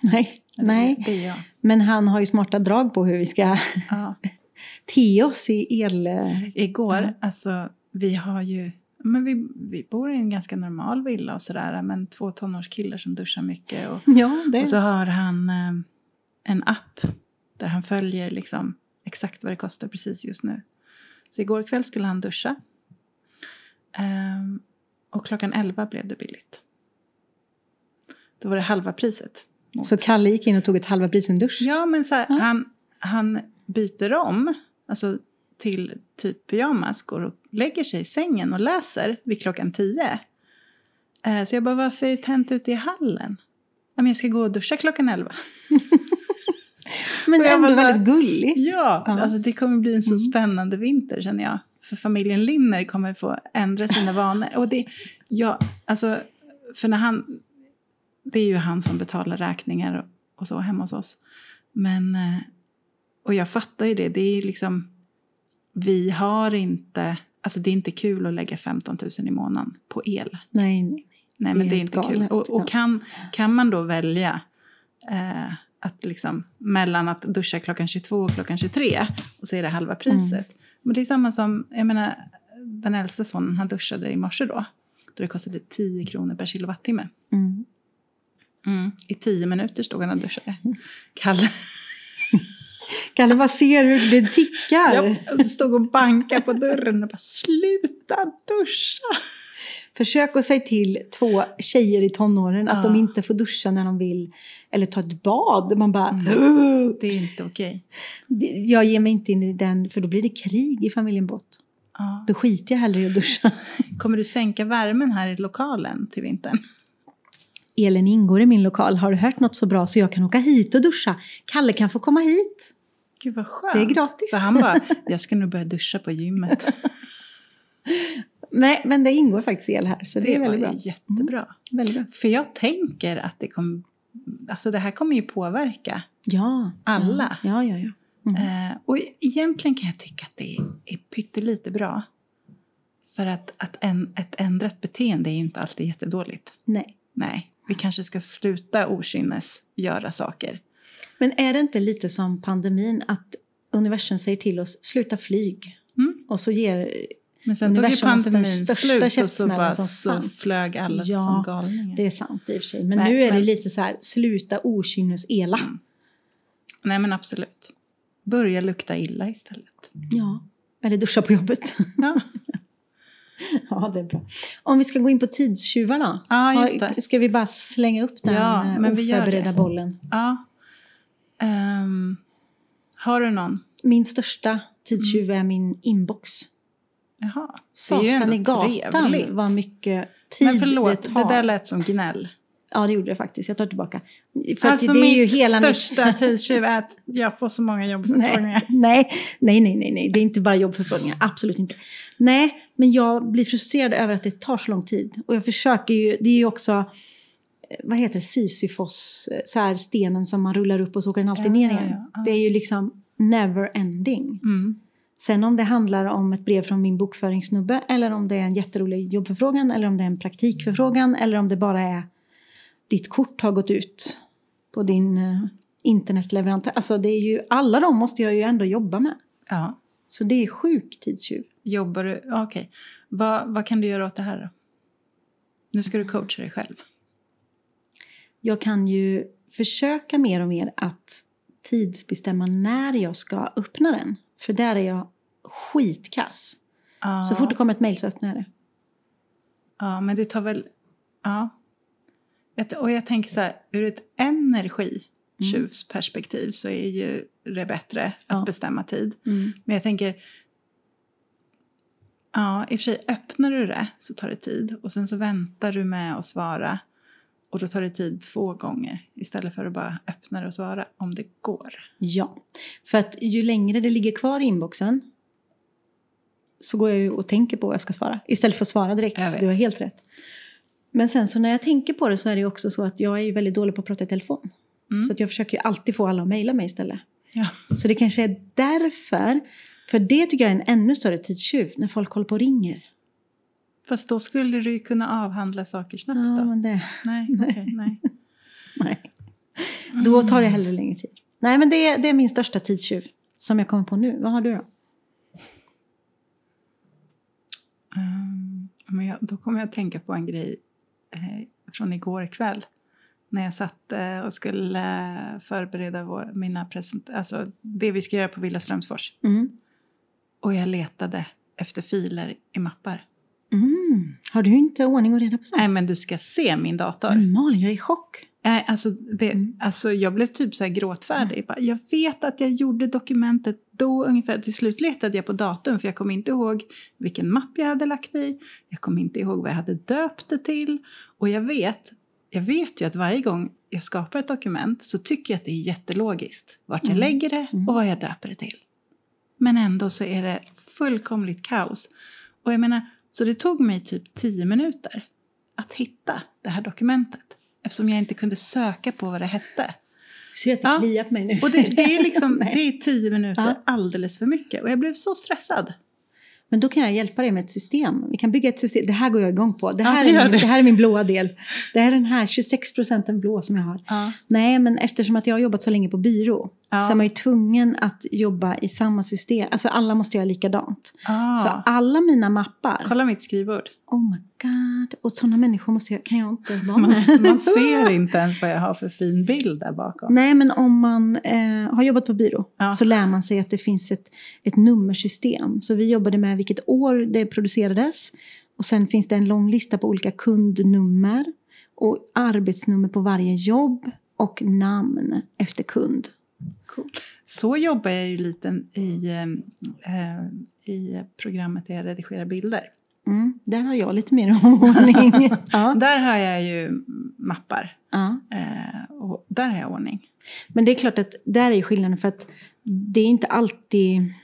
Nej,
Eller
nej.
Det är jag.
Men han har ju smarta drag på hur vi ska
Ja.
te oss i el... eh,
Igår,
Ja.
alltså vi har ju, men vi, vi bor i en ganska normal villa och sådär, men två tonårskillar som duschar mycket och
Ja, det
Och så har han eh, en app där han följer liksom exakt vad det kostar precis just nu. Så igår kväll skulle han duscha. Ehm, och klockan 11 blev det billigt. Då var det halva priset. mot-
Så Kalle gick in och tog ett halva pris en dusch.
Ja, men så här,
Ja.
Han, han byter om alltså till typ pyjamas, går och lägger sig i sängen och läser vid klockan 10. Eh, Så jag bara, varför är det tänt ute i hallen? Ja, men jag ska gå och duscha klockan 11.
Men
Och jag
ändå
bara så här-
väldigt gulligt.
Ja,
Ja.
alltså det kommer bli en så
Mm.
spännande vinter känner jag. För familjen Linner kommer få ändra sina vanor. Och det, ja, alltså, för när han, det är ju han som betalar räkningar och- och så hemma hos oss. Men, eh, och jag fattar ju det, det är liksom, vi har inte, alltså det är inte kul att lägga 15 000 i månaden på el.
Nej, nej.
Nej,
Det
men
är
det är
helt
inte kul.
galet,
Och,
ja.
och kan, kan man då välja eh, att liksom, mellan att duscha klockan 22 och klockan 23 och så är det
Mm.
halva priset. Men det är samma som, jag menar, den äldsta sonen han duschade i morse då, då det kostade 10 kronor per kilowattimme.
Mm.
I 10 minuter stod han och duschade.
Mm.
Kalle
Kalle bara ser hur det tickar.
jag stod och bankade på dörren och bara “sluta duscha!”
Försök att säga till två tjejer i tonåren att
Ja.
de inte får duscha när de vill eller ta ett bad. Man bara...
Mm.
"Åh!"
Det är inte okej.
Jag ger mig inte in i den, för då blir det krig i familjen Bott.
Ja.
Då skiter jag hellre i att duscha.
Kommer du sänka värmen här i lokalen till vintern?
Elen ingår i min lokal. Har du hört något så bra så jag kan åka hit och duscha? Kalle kan få komma hit.
Gud vad skönt.
Det är gratis.
Så han bara, jag ska nog börja duscha på gymmet.
Nej, men det ingår faktiskt el här, så det, är väldigt
var
bra. Mm.
ju jättebra.
väldigt bra.
För jag tänker att det kommer, alltså det här kommer ju påverka.
Ja.
Alla.
Ja, ja, ja. ja. Mm.
Eh, och egentligen kan jag tycka att det är pyttelite bra. För att, att en, ett ändrat beteende är ju inte alltid jättedåligt.
Nej.
Nej, vi kanske ska sluta okynnes göra saker.
Men är det inte lite som pandemin att universum säger till oss sluta flyg?
Mm.
Och så ger...
Men sen tog ju
Universum var den
pandemin
största
slut och så,
käftsmällen
bara,
som
så
fanns.
flög alla
Ja,
som galningar.
Det är sant i och för sig. Men
Nej,
nu är det
men-
lite så här sluta okynnes elak.
Mm. Nej men absolut. Börja lukta illa istället.
Ja. Eller duscha på jobbet.
Ja,
ja, det är bra. Om vi ska gå in på tidstjuvarna.
ja just det.
Ska vi bara slänga upp den
Ja,
eh,
men vi gör
oförberedda
det.
bollen?
Ja. Ehm, har du någon?
Min största tidstjuv är min inbox.
Jaha. Mm. Det är ju
Satan i
ändå
gatan
trevligt.
vad mycket tid
Men förlåt,
det
det,
tar.
där lät som gnäll.
Ja, det gjorde det faktiskt. Jag tar tillbaka. För att
alltså
det är ju
mitt
hela mitt
största tidstjuv är att jag får så många jobbförfrågningar.
Nej, nej, nej, nej, nej, nej. Det är inte bara jobbförfrågningar. Absolut inte. Nej, men jag blir frustrerad över att det tar så lång tid. Och jag försöker ju, det är ju också, eh, vad heter det, Sisyfos, eh, så här stenen som man rullar upp och så åker den alltid
Ja,
ner
ja,
igen.
ja.
Det är ju liksom never ending.
Mm.
Sen om det handlar om ett brev från min bokföringssnubbe eller om det är en jätterolig jobbförfrågan eller om det är en praktikförfrågan eller om det bara är ditt kort har gått ut på din eh, internetleverantör. Alltså det är ju, alla de måste jag ju ändå jobba med.
Ja.
Så det är sjuk tidstjuv.
Jobbar du? ja, Okej. Vad, vad kan du göra åt det här då? Nu ska du coacha dig själv.
jag kan ju försöka mer och mer att tidsbestämma när jag ska öppna den. För där är jag skitkass.
Ja.
Så fort det kommer ett mejl så öppnar jag det.
Ja, men det tar väl... Ja. Jag t- Och jag tänker så här, ur ett energitjuvsperspektiv så är ju det bättre att
Mm. Ja.
bestämma tid. Men jag tänker... Ja, i och för sig, öppnar du det så tar det tid och sen så väntar du med att svara och då tar det tid två gånger istället för att bara öppna det och svara om det går.
Ja, för att ju längre det ligger kvar i inboxen så går jag ju och tänker på vad jag ska svara istället för att svara direkt.
Jag vet.
Du har helt rätt. Men sen så när jag tänker på det så är det ju också så att jag är ju väldigt dålig på att prata i telefon.
Mm.
Så att jag försöker ju alltid få alla att mejla mig istället.
Ja.
Så det kanske är därför, för det tycker jag är en ännu större tidstjuv, när folk håller på och ringer.
Fast då skulle du ju kunna avhandla saker snabbt
Ja,
då.
men det,
Nej,
Nej.
okej, nej.
nej. Då tar det hellre längre tid. Nej, men det, är- det är min största tidstjuv som jag kommer på nu. Vad har du då?
Ehm, men jag, då kommer jag att tänka på en grej eh, från igår kväll. När jag satt eh, och skulle eh, förbereda vår, mina present, alltså det vi ska göra på Villa Strömsfors.
Mm.
Och jag letade efter filer i mappar.
Mm. Har du inte ordning och reda på sånt?
Nej men du ska se min dator.
Men Malin, jag är i chock.
Nej, alltså, det,
Mm.
alltså, jag blev typ så här gråtfärdig. Bara, Jag vet att jag gjorde dokumentet då ungefär. Till slut letade jag på datum för jag kom inte ihåg vilken mapp jag hade lagt det i. Jag kom inte ihåg vad jag hade döpt det till. Och jag vet, jag vet ju att varje gång jag skapar ett dokument så tycker jag att det är jättelogiskt. Vart jag
Mm.
lägger det
Mm.
och vad jag döper det till. Men ändå så är det fullkomligt kaos. Och jag menar, så det tog mig typ 10 minuter att hitta det här dokumentet eftersom jag inte kunde söka på vad det hette.
Ser att det
Ja.
kliar på mig nu?
Och det, det är liksom,
Nej.
det är 10 minuter
Ja.
alldeles för mycket och jag blev så stressad.
Men då kan jag hjälpa dig med ett system. Vi kan bygga ett system. Det här går jag igång på. Det
Ja,
här,
det gör
är, min,
det.
det här är min blåa del. Det här är den här 26 procenten blå som jag har.
Ja.
Nej, men eftersom att jag har jobbat så länge på byrå
Ja.
så är man ju tvungen att jobba i samma system. Alltså alla måste göra likadant. Så alla mina mappar,
Ah, Kolla mitt skrivbord.
oh my god, och sådana människor måste jag, kan jag inte vara
Man,
med.
man ser inte ens vad jag har för fin bild där bakom.
Nej, men om man eh, har jobbat på byrå
Ja.
så lär man sig att det finns ett, ett nummersystem. Så vi jobbade med vilket år det producerades och sen finns det en lång lista på olika kundnummer och arbetsnummer på varje jobb och namn efter kund.
Cool. Så jobbar jag ju lite i, eh, eh, i programmet där jag redigerar bilder.
Mm, där har jag lite mer ordning. ja.
Där har jag ju mappar
Ja.
eh, och där har jag ordning.
Men det är klart att där är ju skillnaden för att det är inte alltid...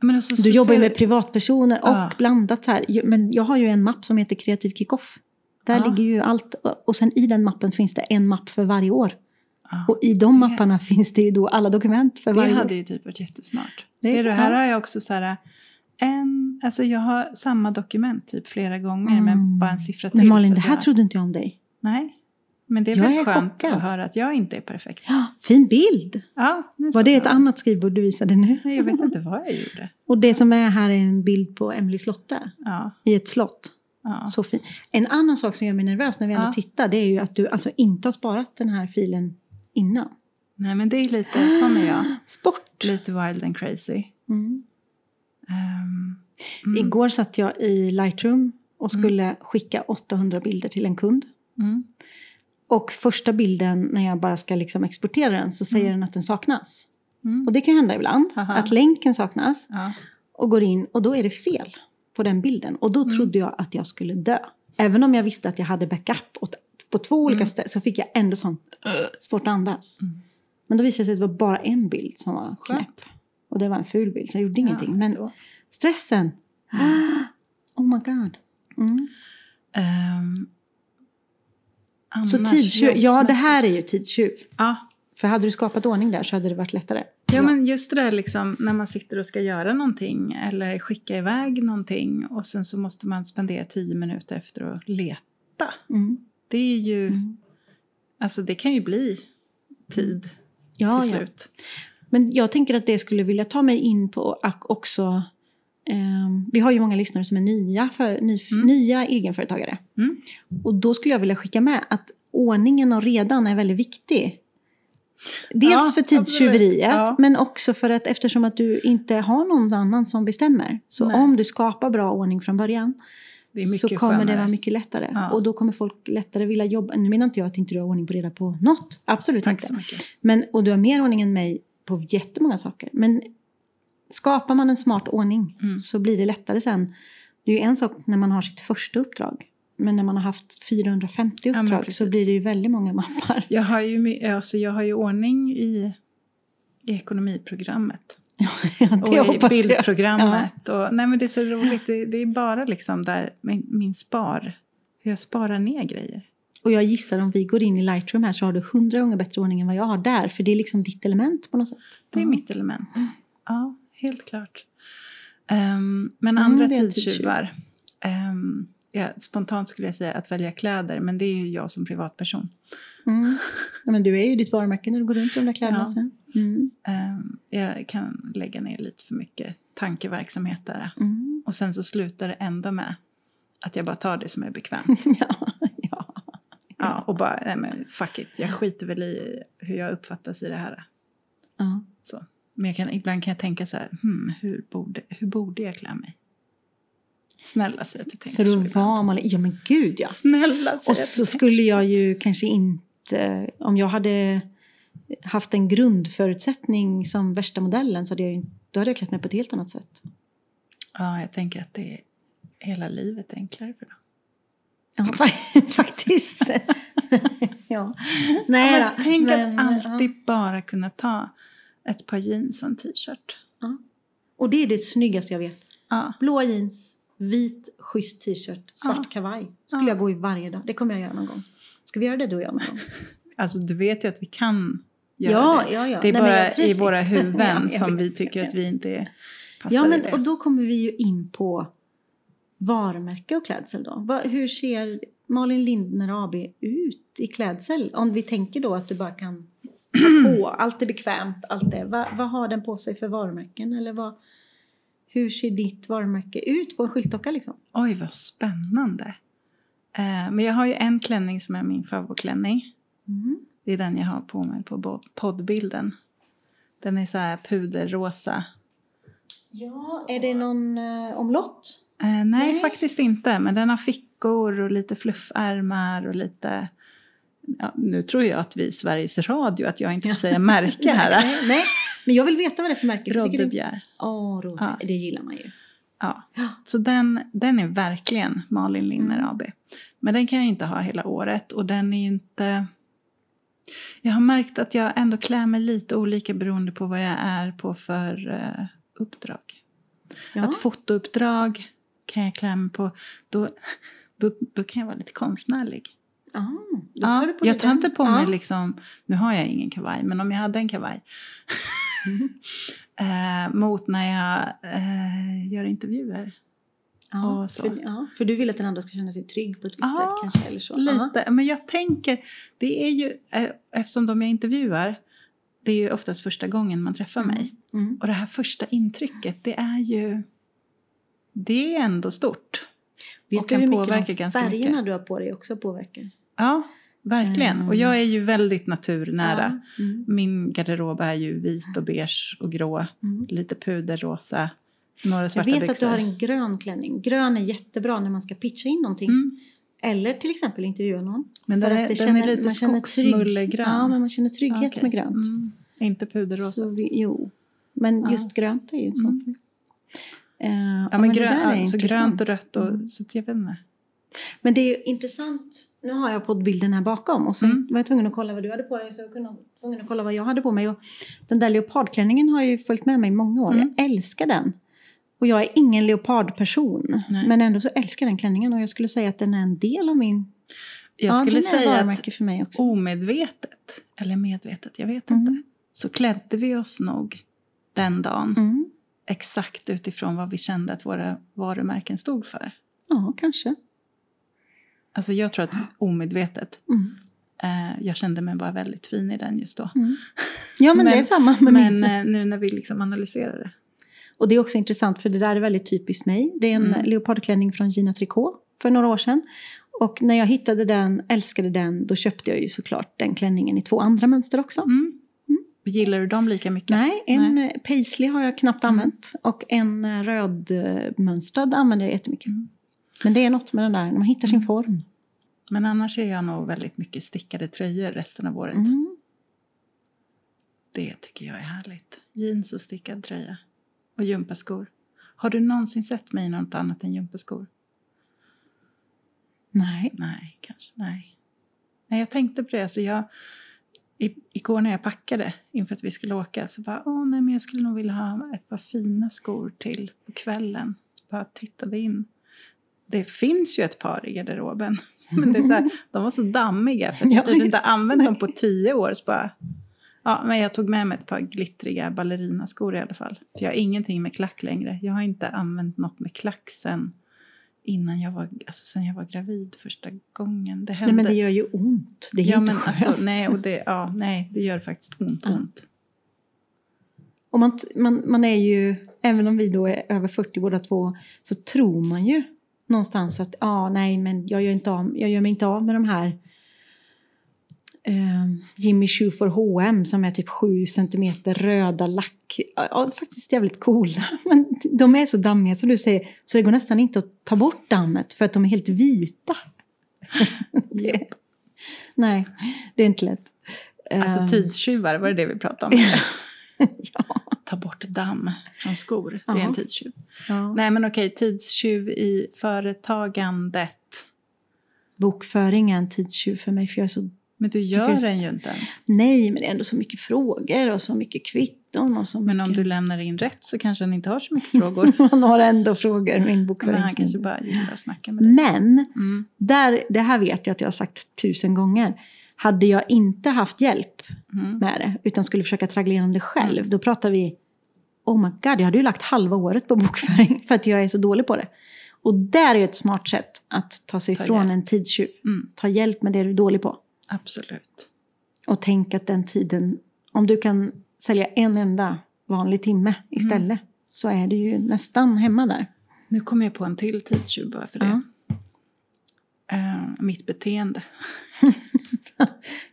Men alltså,
Du jobbar ju
ser-
med privatpersoner och
Ja.
blandat så här. Ju- Men jag har ju en mapp som heter Kreativ Kickoff. Där
Ja.
ligger ju allt. Och sen i den mappen finns det en mapp för varje år.
Ja.
Och i de mapparna finns det ju då alla dokument för
Det
varje
hade
år.
ju typ varit jättesmart.
Det-
Ser du, här
ja.
har jag också så här, en, alltså jag har samma dokument typ flera gånger men
Mm.
bara en siffra till.
Men Malin,
för
det
att
här
jag-
trodde inte jag om dig.
Nej, men det är
Jag
väl
är
skönt
chockad.
att höra att jag inte är perfekt.
Ja, fin bild!
Ja, nu
Var
såg
det
jag
ett annat skrivbord du visade nu?
Nej, jag vet inte vad jag gjorde.
Och det som är här är en bild på Emily Slotte
Ja,
i ett slott.
ja.
Så fin. En annan sak som gör mig nervös när vi ändå
Ja.
tittar det är ju att du alltså inte har sparat den här filen innan.
Nej, men det är lite, sån är jag.
Sport!
Lite wild and crazy.
Mm.
Ehm, mm,
Igår satt jag i Lightroom och skulle skicka 800 bilder till en kund.
mm.
Och första bilden när jag bara ska liksom exportera den så säger den att den saknas.
Mm.
Och det kan hända ibland,
Aha.
att länken saknas
Ja.
och går in och då är det fel på den bilden. Och då
Mm.
trodde jag att jag skulle dö. Även om jag visste att jag hade backup åt, på två olika ställen så fick jag ändå sån svårt att andas.
Äh. Mm.
Men då visade det sig att det var bara en bild som var knäpp.
Skönt.
Och det var en ful bild så jag gjorde ingenting. Men
då.
stressen! Oh my god. Mm.
Ehm,
Så
annars
tidstjuv, ja
jobbsmässigt-
det här är ju tidstjuv.
Ja,
För hade du skapat ordning där så hade det varit lättare.
Ja, men just det där liksom, när man sitter och ska göra någonting eller skicka iväg någonting och sen så måste man spendera tio minuter efter att leta.
Mm.
Det är ju,
Mm.
alltså det kan ju bli tid
Ja,
till
ja.
slut.
Men jag tänker att det skulle vilja ta mig in på ak- också... ehm, vi har ju många lyssnare som är nya, för, ny,
Mm.
nya egenföretagare.
Mm.
Och då skulle jag vilja skicka med att ordningen och redan är väldigt viktig. Dels
Ja,
för tidstjuveriet,
absolut. Ja.
men också för att eftersom att du inte har någon annan som bestämmer. Så
Nej.
om du skapar bra ordning från början
Det är
så
mycket
kommer det
skönare.
vara mycket lättare.
Ja.
Och då kommer folk lättare vilja jobba. Nu menar inte jag att inte du har ordning på reda på något. Absolut
Tack
inte.
så mycket.
Men, och du har mer ordning än mig på jättemånga saker. Men skapar man en smart ordning
Mm.
så blir det lättare sen. Det är ju en sak när man har sitt första uppdrag. Men när man har haft 450
men
uppdrag så
precis.
blir det ju väldigt många mappar.
Jag har ju, my- alltså jag har ju ordning i, i ekonomiprogrammet.
det
och i
hoppas jag.
bildprogrammet. Och, nej men det är så roligt, det, det är bara liksom där min, min spar, hur jag sparar ner grejer.
Och jag gissar om vi går in i Lightroom här så har du hundra gånger bättre ordning än vad jag har där. För det är liksom ditt element på något sätt.
Det är
Ja. Mm.
mitt element. Ja, helt klart. Ehm, men
Mm,
andra
det är en
tidstjuvar. Ehm, ja, spontant skulle jag säga att välja kläder, men det är ju jag som privatperson.
Mm. Ja, men du är ju ditt varumärke när du går runt i de där kläderna
Ja.
sen. Mm.
Ehm, jag kan lägga ner lite för mycket tankeverksamhet där.
Mm.
Och sen så slutar det ändå med att jag bara tar det som är bekvämt.
ja, ja.
Ja, och bara, nej men fuck it, jag skiter väl i hur jag uppfattas i det här.
ja.
Men jag kan, ibland kan jag tänka så här, hmm, hur, borde, hur borde jag klä mig? Snälla säg att du tänker
För
så
att
ibland.
vara Malin. Ja men gud ja.
Snälla säg
Och
att
så
du
skulle jag ju kanske inte, om jag hade haft en grundförutsättning som värsta modellen så hade jag ju, då hade jag klätt mig på ett helt annat sätt.
Ja, jag tänker att det är hela livet är enklare för dem.
Ja, faktiskt. ja. Nej,
men
då.
tänk
Men,
att alltid bara kunna ta ett par jeans och en t-shirt.
ja. Och det är det snyggaste jag vet.
Ja,
Blå jeans, vit schysst t-shirt, svart
Ja.
kavaj. Skulle
Ja.
jag gå i varje dag. Det kommer jag göra någon gång. Ska vi göra det du och jag någon gång?
alltså du vet ju att vi kan göra
ja,
det.
ja, ja.
Det är
Nej, men jag
bara i
trivs
våra
inte.
huvuden
Ja, jag
som
vet.
vi tycker att vi inte är- passar
Ja,
i
men
det.
och då kommer vi ju in på varumärke och klädsel då. Vad- hur ser Malin Lindner AB ut i klädsel? Om vi tänker då att du bara kan ta på, allt är bekvämt, allt är. Vad, vad har den på sig för varumärken? Eller vad, hur ser ditt varumärke ut på en skyltdocka liksom?
Oj, vad spännande. Eh, men jag har ju en klänning som är min favoritklänning.
Mm.
Det är den jag har på mig på bod- poddbilden. Den är så här puderrosa.
Ja, är det någon eh, omlott?
Eh, nej,
Nej.
faktiskt inte. Men den har fickor och lite fluffärmar och lite... Ja, nu tror jag att vi i Sveriges Radio, att jag inte får säga märke här.
Nej, nej, men jag vill veta vad det är för märke. för jag tycker det-
Roddebjer.
Åh, Rodde.
Ja.
Det gillar man ju.
Ja.
Ja.
Så den, den är verkligen Malin Linner
Mm.
AB. Men den kan jag inte ha hela året och den är inte... Jag har märkt att jag ändå klär mig lite olika beroende på vad jag är på för eh, uppdrag.
Ja.
Att fotouppdrag kan jag klä mig på, då, då, då kan jag vara lite konstnärlig.
Ah, då
Ja,
tar du på
jag
dig
tar
den.
inte på
Ja.
mig liksom, nu har jag ingen kavaj, men om jag hade en kavaj.
Mm.
eh, mot när jag eh, gör intervjuer.
Ja,
och så.
För, ja, för du vill att den andra ska känna sig trygg på ett visst
Ja,
sätt kanske? Eller så. Ja.
Lite, men jag tänker, det är ju, eh, eftersom de jag intervjuar, det är ju oftast första gången man träffar mig.
Mm.
Och det här första intrycket, det är ju, det är ändå stort.
Vet du
kan
hur mycket
påverka
de
ganska
färgerna
mycket.
du har på dig också påverkar?
Ja, verkligen.
Mm.
Och jag är ju väldigt naturnära.
Ja. Mm.
Min garderob är ju vit och beige och grå,
Mm.
lite puderrosa, några
Jag
svarta
vet
byxor.
att du har en grön klänning. Grön är jättebra när man ska pitcha in någonting.
Mm.
Eller till exempel intervjua någon.
Men
För
den
att
är-
det
den är lite
man känner trygg-
skogsmullegrön.
Ja, men man känner trygghet
Okej.
med grönt.
Mm. Inte puderrosa.
Så vi, jo, men
Ja.
just grönt är ju en sån
Mm.
färg. Eh, ja,
Ja, men
det där är
grön, så
intressant.
grönt och rött och
Mm.
så att jag vet inte.
Men det är ju intressant. Nu har jag poddbilden här bakom och så
Mm.
var jag tvungen att kolla vad du hade på dig så jag kunde, tvungen att kolla vad jag hade på mig. Och den där leopardklänningen har ju följt med mig i många år.
Mm.
Jag älskar den. Och jag är ingen leopardperson.
Nej.
Men ändå så älskar jag den klänningen och jag skulle säga att den är en del av min...
Jag
ja,
skulle
den är
säga att
varumärke för mig också.
omedvetet, eller medvetet, jag vet inte,
Mm.
så klädde vi oss nog den dagen
Mm.
exakt utifrån vad vi kände att våra varumärken stod för.
Ja, kanske.
Alltså jag tror att omedvetet,
Mm.
eh, jag kände mig bara väldigt fin i den just då.
Mm. Ja, men,
Men-
det är samma med min.
Men eh, nu när vi liksom analyserar det.
Och det är också intressant för det där är väldigt typiskt mig. Det är en
Mm.
leopardklänning från Gina Tricot för några år sedan. Och när jag hittade den, älskade den, då köpte jag ju såklart den klänningen i två andra mönster också.
Mm. Gillar du dem lika mycket?
Nej, en Nej. paisley har jag
Mm.
knappt använt och en rödmönstrad använder jag jättemycket.
Mm.
Men det är något med den där, när man hittar sin form.
Men annars är jag nog väldigt mycket stickade tröjor resten av året.
Mm.
Det tycker jag är härligt. Jeans och stickad tröja. Och gympaskor. Har du någonsin sett mig i något annat än gympaskor?
Nej.
Nej, kanske nej. Nej, jag tänkte på det. Så jag, i, igår när jag packade inför att vi skulle åka så bara, åh nej men jag skulle nog vilja ha ett par fina skor till på kvällen. Så bara tittade in. Det finns ju ett par i garderoben. Men det är så här, de var så dammiga för att jag
Ja.
typ inte använt dem på tio år. Så bara, ja, men jag tog med mig ett par glittriga ballerinaskor i alla fall. För jag har ingenting med klack längre. Jag har inte använt något med klack sen, innan jag, var, alltså sen jag var gravid första gången. Det
Nej,
hände.
men det gör ju ont. Det är
ja,
inte
men
skönt.
alltså, nej, och det, ja, nej, det gör faktiskt ont.
Ja.
ont.
Och man, man, man är ju, även om vi då är över 40 båda två, så tror man ju någonstans att ja, nej, men jag gör, inte av, jag gör mig inte av med de här eh, Jimmy Choo for H&M som är typ 7 centimeter röda lack. Ja, ja, faktiskt jävligt coola, men de är så dammiga som du säger, så det går nästan inte att ta bort dammet för att de är helt vita.
Japp.
Nej, det är inte lätt.
Alltså
Eh,
tidstjuvar, var det det vi pratade om? Ta bort damm från skor, det är en
Ja.
tidstjuv.
ja.
Nej men okej, tidstjuv i företagandet.
Bokföringen, tidstjuv för mig, för jag är så
Men du gör
Tycker du-
den ju inte ens.
Nej, men det är ändå så mycket frågor och så mycket kvitton och så
Men
mycket...
om du lämnar in rätt så kanske han inte har så mycket frågor.
Han har ändå frågor, min
men han kanske
bokföringsnämnd.
bara gillar att snacka med dig.
Men,
Mm.
där, det här vet jag att jag har sagt tusen gånger. Hade jag inte haft hjälp
Mm.
med det, utan skulle försöka traggla igenom det själv, då pratar vi... Oh my god, jag hade ju lagt halva året på bokföring för att jag är så dålig på det. Och där är ju ett smart sätt att ta sig
Ta
ifrån
hjälp.
en tidstjuv.
Mm.
Ta hjälp med det du är dålig på.
Absolut.
Och tänk att den tiden, om du kan sälja en enda vanlig timme istället så är du ju nästan hemma där.
Nu kom jag på en till tidstjuv bara för det.
Ja.
Eh, mitt beteende.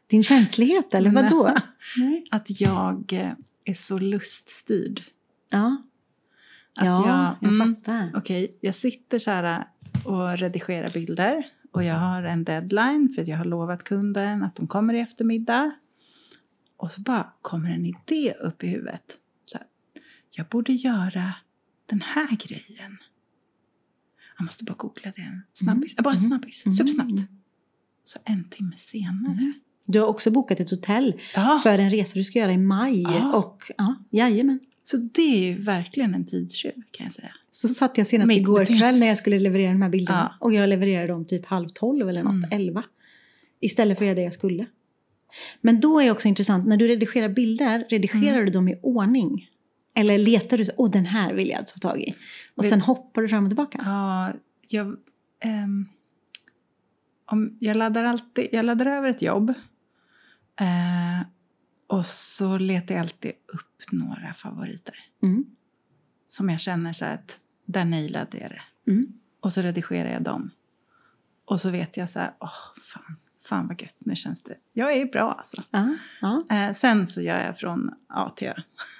Din känslighet eller
Nej.
vadå? Nej.
Att jag eh, är så luststyrd.
Ja,
Att
ja jag,
mm,
fattar.
Okej, jag sitter så här eh, och redigerar bilder och jag har en deadline för jag har lovat kunden att de kommer i eftermiddag. Och så bara kommer en idé upp i huvudet. Så här, jag borde göra den här grejen. Jag måste bara googla det. Snabbis. Bara en
Mm.
snabbis.
Mm.
Supersnabbt. Så en timme senare.
Du har också bokat ett hotell
Ja,
för en resa du ska göra i maj.
Ja.
Och, ja, jajamän.
så det är ju verkligen en tidstjuv kan jag säga.
Så satt jag senast
Mitt
igår
beteende.
kväll när jag skulle leverera de här bilderna.
Ja.
Och jag levererade dem typ halv tolv eller något,
Mm.
elva. Istället för att göra det jag skulle. Men då är det också intressant, när du redigerar bilder, redigerar
Mm.
du dem i ordning? Eller letar du, så, åh den här vill jag ta tag i. Och
Vet-
sen hoppar du fram och tillbaka.
Ja, jag, ehm, om, jag, laddar alltid, jag laddar över ett jobb eh, och så letar jag alltid upp några favoriter
Mm.
som jag känner så här att där nailade jag det.
Mm.
Och så redigerar jag dem. Och så vet jag så här, åh fan, fan vad gött, nu känns det. Jag är bra alltså.
Ja, ja.
Eh, sen så gör jag från A till Ö.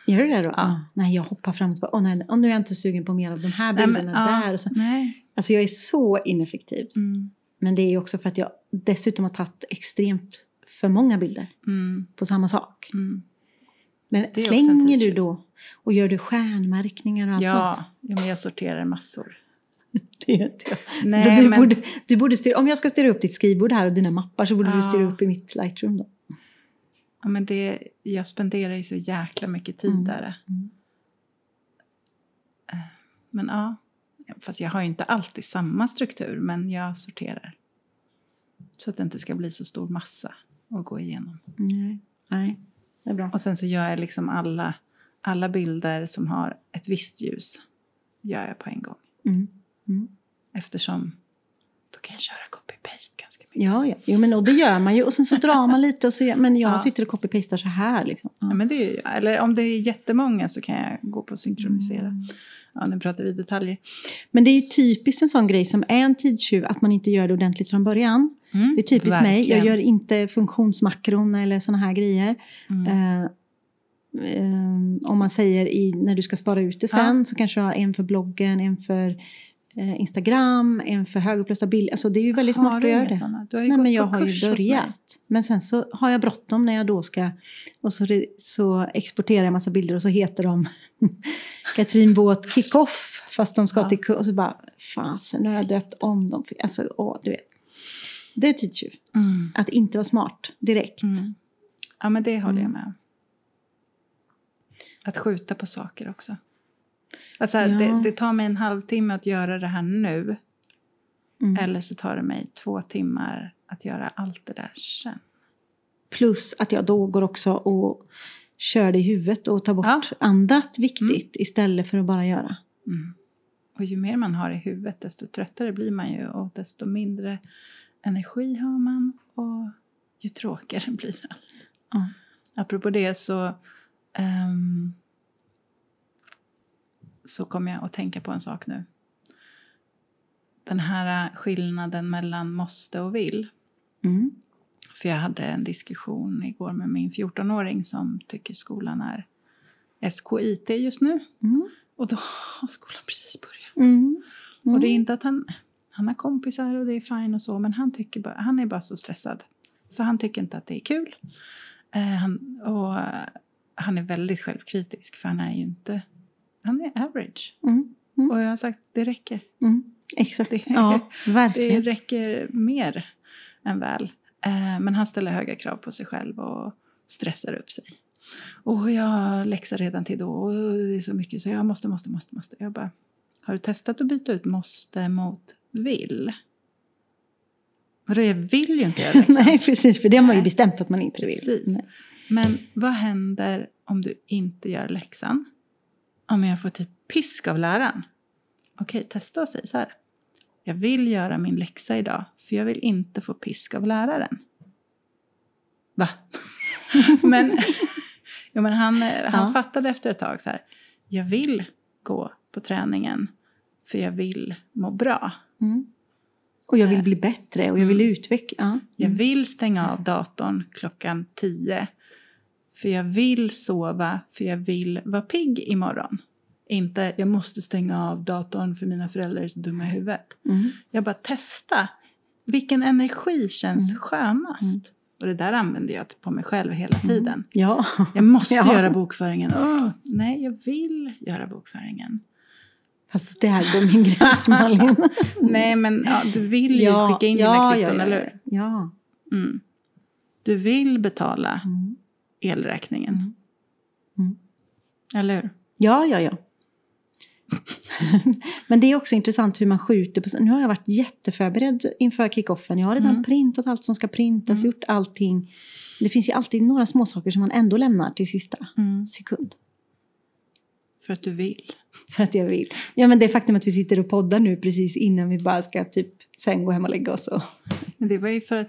Gör du det då?
Ja.
Nej, jag hoppar fram och tillbaka. Åh nej, åh, nu är jag inte sugen på mer av de här bilderna
ja,
där. Och så.
Nej.
Alltså jag är så ineffektiv.
Mm,
Men det är ju också för att jag dessutom har tagit extremt för många bilder
mm,
på samma sak.
mm.
Men
Det är också en
slänger du
tidsköp.
då? Och gör du stjärnmärkningar och allt
Ja,
sånt?
ja, men jag sorterar massor.
Det gör inte jag.
Nej,
så du
men-
borde, du borde styra, om jag ska styra upp ditt skrivbord här och dina mappar så borde
Ja.
du styra upp i mitt Lightroom då.
Ja, men det, jag spenderar ju så jäkla mycket tid
Mm,
där.
mm.
Eh, Men ja, fast jag har ju inte alltid samma struktur, men jag sorterar. Så att det inte ska bli så stor massa att gå igenom.
Nej, nej. Det är bra.
Och sen så gör jag liksom alla, alla bilder som har ett visst ljus, gör jag på en gång.
Mm. Mm.
Eftersom då kan jag köra copy-paste ganska mycket.
Ja, ja. Jo, men, och det gör man ju. Och sen så drar man lite och så gör, Men jag
Ja. Mm.
sitter och copy-pastar så här liksom. Ja.
Ja, men det är, ju- eller om det är jättemånga så kan jag gå på
Mm.
synkronisera. Ja, nu pratar vi detaljer.
Men det är ju typiskt en sån grej som är en tidstjuv att man inte gör det ordentligt från början.
Mm,
Det är typiskt mig. Jag
verkligen.
gör inte funktionsmakron eller såna här grejer.
Mm.
Eh, ehm, om man säger i, när du ska spara ut det sen så kanske du har en för bloggen, en för eh, Instagram, en för högupplästa bilder. Alltså det är ju väldigt smart
Har
att
du
göra
inga
det.
såna? Du har ju
Nej,
gått
men
på
jag har
kurs
ju
hos mig.
börjat. Men sen så har jag bråttom när jag då ska... Och så, re- så exporterar jag en massa bilder och så heter de Katrin Båt Kickoff. Fast de ska
Ja.
till kurs. Och så bara, fasen, nu har jag döpt om dem. För- Alltså, åh, du vet. Det är tidstjuv.
Mm.
Att inte vara smart direkt.
Mm. Ja, men det håller
Mm.
jag med om. Att skjuta på saker också. Alltså, det,
Ja.
det tar mig en halvtimme att göra det här nu.
Mm.
Eller så tar det mig två timmar att göra allt det där sen.
Plus att jag då går också och kör det i huvudet och tar bort
Ja.
annat viktigt istället för att bara göra.
Mm. Och ju mer man har i huvudet desto tröttare blir man ju och desto mindre energi har man och ju tråkigare blir det.
Ja.
Apropå det så, ehm, så kom jag att tänka på en sak nu. Den här eh, skillnaden mellan måste och vill.
Mm.
För jag hade en diskussion igår med min 14-åring som tycker skolan är SKIT just nu.
Mm.
Och då har skolan precis börjat.
Mm. Mm.
Och det är inte att han, han har kompisar och det är fine och så, men han, tycker bara, han är bara så stressad. För han tycker inte att det är kul. Eh, han, och eh, han är väldigt självkritisk för han är ju inte, han är average.
Mm. Mm.
Och jag har sagt, det räcker.
Mm. Exakt.
Det,
Ja,
det
verkligen.
räcker mer än väl. Eh, men han ställer höga krav på sig själv och stressar upp sig. Och jag har läxor redan till då och det är så mycket så jag måste, måste, måste, måste. Jag bara, har du testat att byta ut måste mot vill? Vadå, jag vill ju inte göra läxan.
Nej, precis. För det har man ju
Nej.
bestämt att man inte vill.
Precis.
Nej.
Men vad händer om du inte gör läxan? Om jag får typ pisk av läraren? Okej, testa och säg så här. Jag vill göra min läxa idag, för jag vill inte få pisk av läraren. Va? men, jo, men han, eh, han
Ja.
fattade efter ett tag så här. Jag vill gå på träningen, för jag vill må bra.
Mm. Och jag vill
Nej.
bli bättre och jag vill
Mm.
utveckla. Ja.
Jag
Mm.
vill stänga av datorn klockan 10. För jag vill sova, för jag vill vara pigg imorgon. Inte jag måste stänga av datorn för mina föräldrar är så dumma i huvudet.
Mm.
Jag bara testa. Vilken energi känns
Mm.
skönast? Och det där använder jag på mig själv hela tiden.
Ja.
Jag måste
Mm. Ja.
göra bokföringen. Åh, nej, jag vill göra bokföringen.
Fast det här går min gräns, Malin.
Nej, men ja, du vill ju skicka in dina kvitton, eller hur?
Mm. Ja.
Mm. Du vill betala
Mm.
elräkningen.
Mm. Mm.
Eller hur?
Ja, ja, ja. Men det är också intressant hur man skjuter på... Nu har jag varit jätteförberedd inför kickoffen. Jag har redan
Mm.
printat allt som ska printas,
Mm.
gjort allting. Det finns ju alltid några små saker som man ändå lämnar till sista
Mm.
sekund.
För att du vill.
För att jag vill. Ja, men det faktum att vi sitter och poddar nu precis innan vi bara ska typ sen gå hem och lägga oss. Och...
Men det var ju för att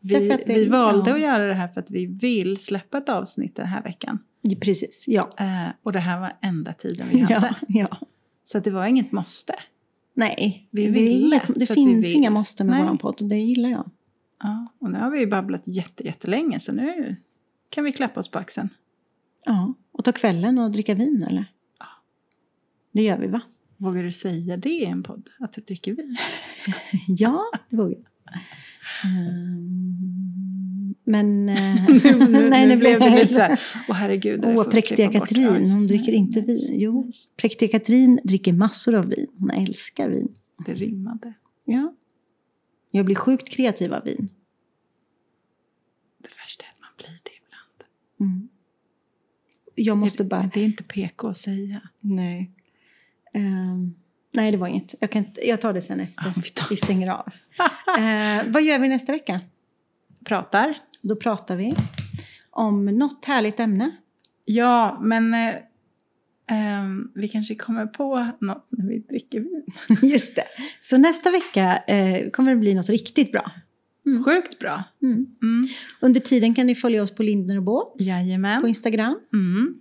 vi,
Därför att det-
vi valde
ja.
att göra det här för att vi vill släppa ett avsnitt den här veckan.
Ja, Precis, ja.
Eh, och det här var enda tiden vi hade.
Ja, ja.
Så att det var inget måste.
Nej,
Vi
det är
ville,
inget-
för
det
att vi
finns
vill.
inga måste med
Nej.
vår podd och det gillar jag.
Ja, och nu har vi ju babblat jätte, jättelänge så nu kan vi klappa oss på axeln.
Ja. Och ta kvällen och dricka vin eller?
Ja.
Det gör vi va?
Vågar du säga det i en podd? Att du dricker vin?
Ja, det vågar jag. Ehm, Men... eh, nej, nu blev jag
lite så här, åh herregud. det
Åh,
får vi
präktiga
klippa bort."
Katrin,
Ja, just-
hon dricker
nej,
inte
nej,
vin. Jo.
nej,
Präktiga Katrin dricker massor av vin. Hon älskar vin.
Det rimmade.
Ja. Jag blir sjukt kreativ av vin.
Det värsta är att man blir det ibland.
Mm. Jag måste
det,
bara...
Det är inte PK att säga.
Nej. Ehm, nej, det var inget. Jag, kan inte, jag tar det sen efter.
Ja, vi tar-
Vi stänger av. Ehm, vad gör vi nästa vecka?
Pratar.
Då pratar vi om något härligt ämne.
Ja, men eh, Ehm, vi kanske kommer på något när vi dricker vin.
Just det. Så nästa vecka eh, kommer det bli något riktigt bra. Mm.
Sjukt bra!
Mm.
Mm.
Under tiden kan ni följa oss på Lindner och Båt på
Jajamän.
Instagram.
Mm.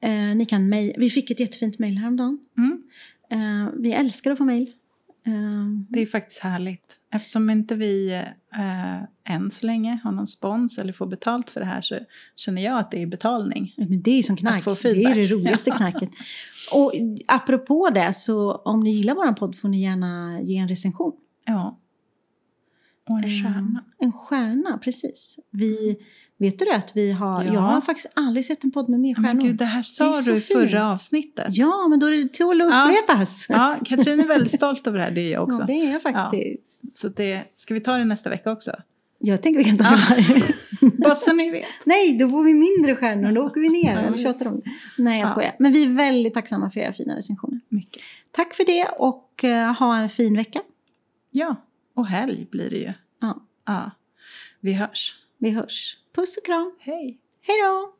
Eh, ni kan mej- Vi fick ett jättefint mejl häromdagen.
Mm.
Eh, vi älskar att få mejl. Eh,
Det är faktiskt härligt. Eftersom inte vi eh, än så länge har någon spons eller får betalt för det här så känner jag att det är betalning.
men det är ju som knark.
Att få
det är
feedback.
det roligaste
Ja.
knarket. Och apropå det, så om ni gillar vår podd får ni gärna ge en recension.
Ja. Och en
Eh,
stjärna.
En stjärna, precis. Vi, vet du det att vi har,
Ja.
jag har faktiskt aldrig sett en podd med mer
Ja, Men
stjärnor.
gud, det här sa
Det är så
du i förra
fint.
avsnittet.
ja, men då är det tål att
Ja.
upprepas.
Ja, Katrin är väldigt stolt över det här, det är jag
Ja,
också.
det är jag faktiskt.
Så det, ska vi ta det nästa vecka också?
Jag tänker vi kan ta
Ja.
det här.
Bara så ni vet.
Nej, då får vi mindre stjärnor, då åker vi ner
Nej.
och tjatar om det. Nej, jag
Ja.
skojar. Men vi är väldigt tacksamma för era fina recensioner.
Mycket.
Tack för det och eh, ha en fin vecka.
Ja, och helg blir det ju.
Ja,
Ja. Vi hörs.
vi hörs. Puss och kram.
Hej!
Hej då!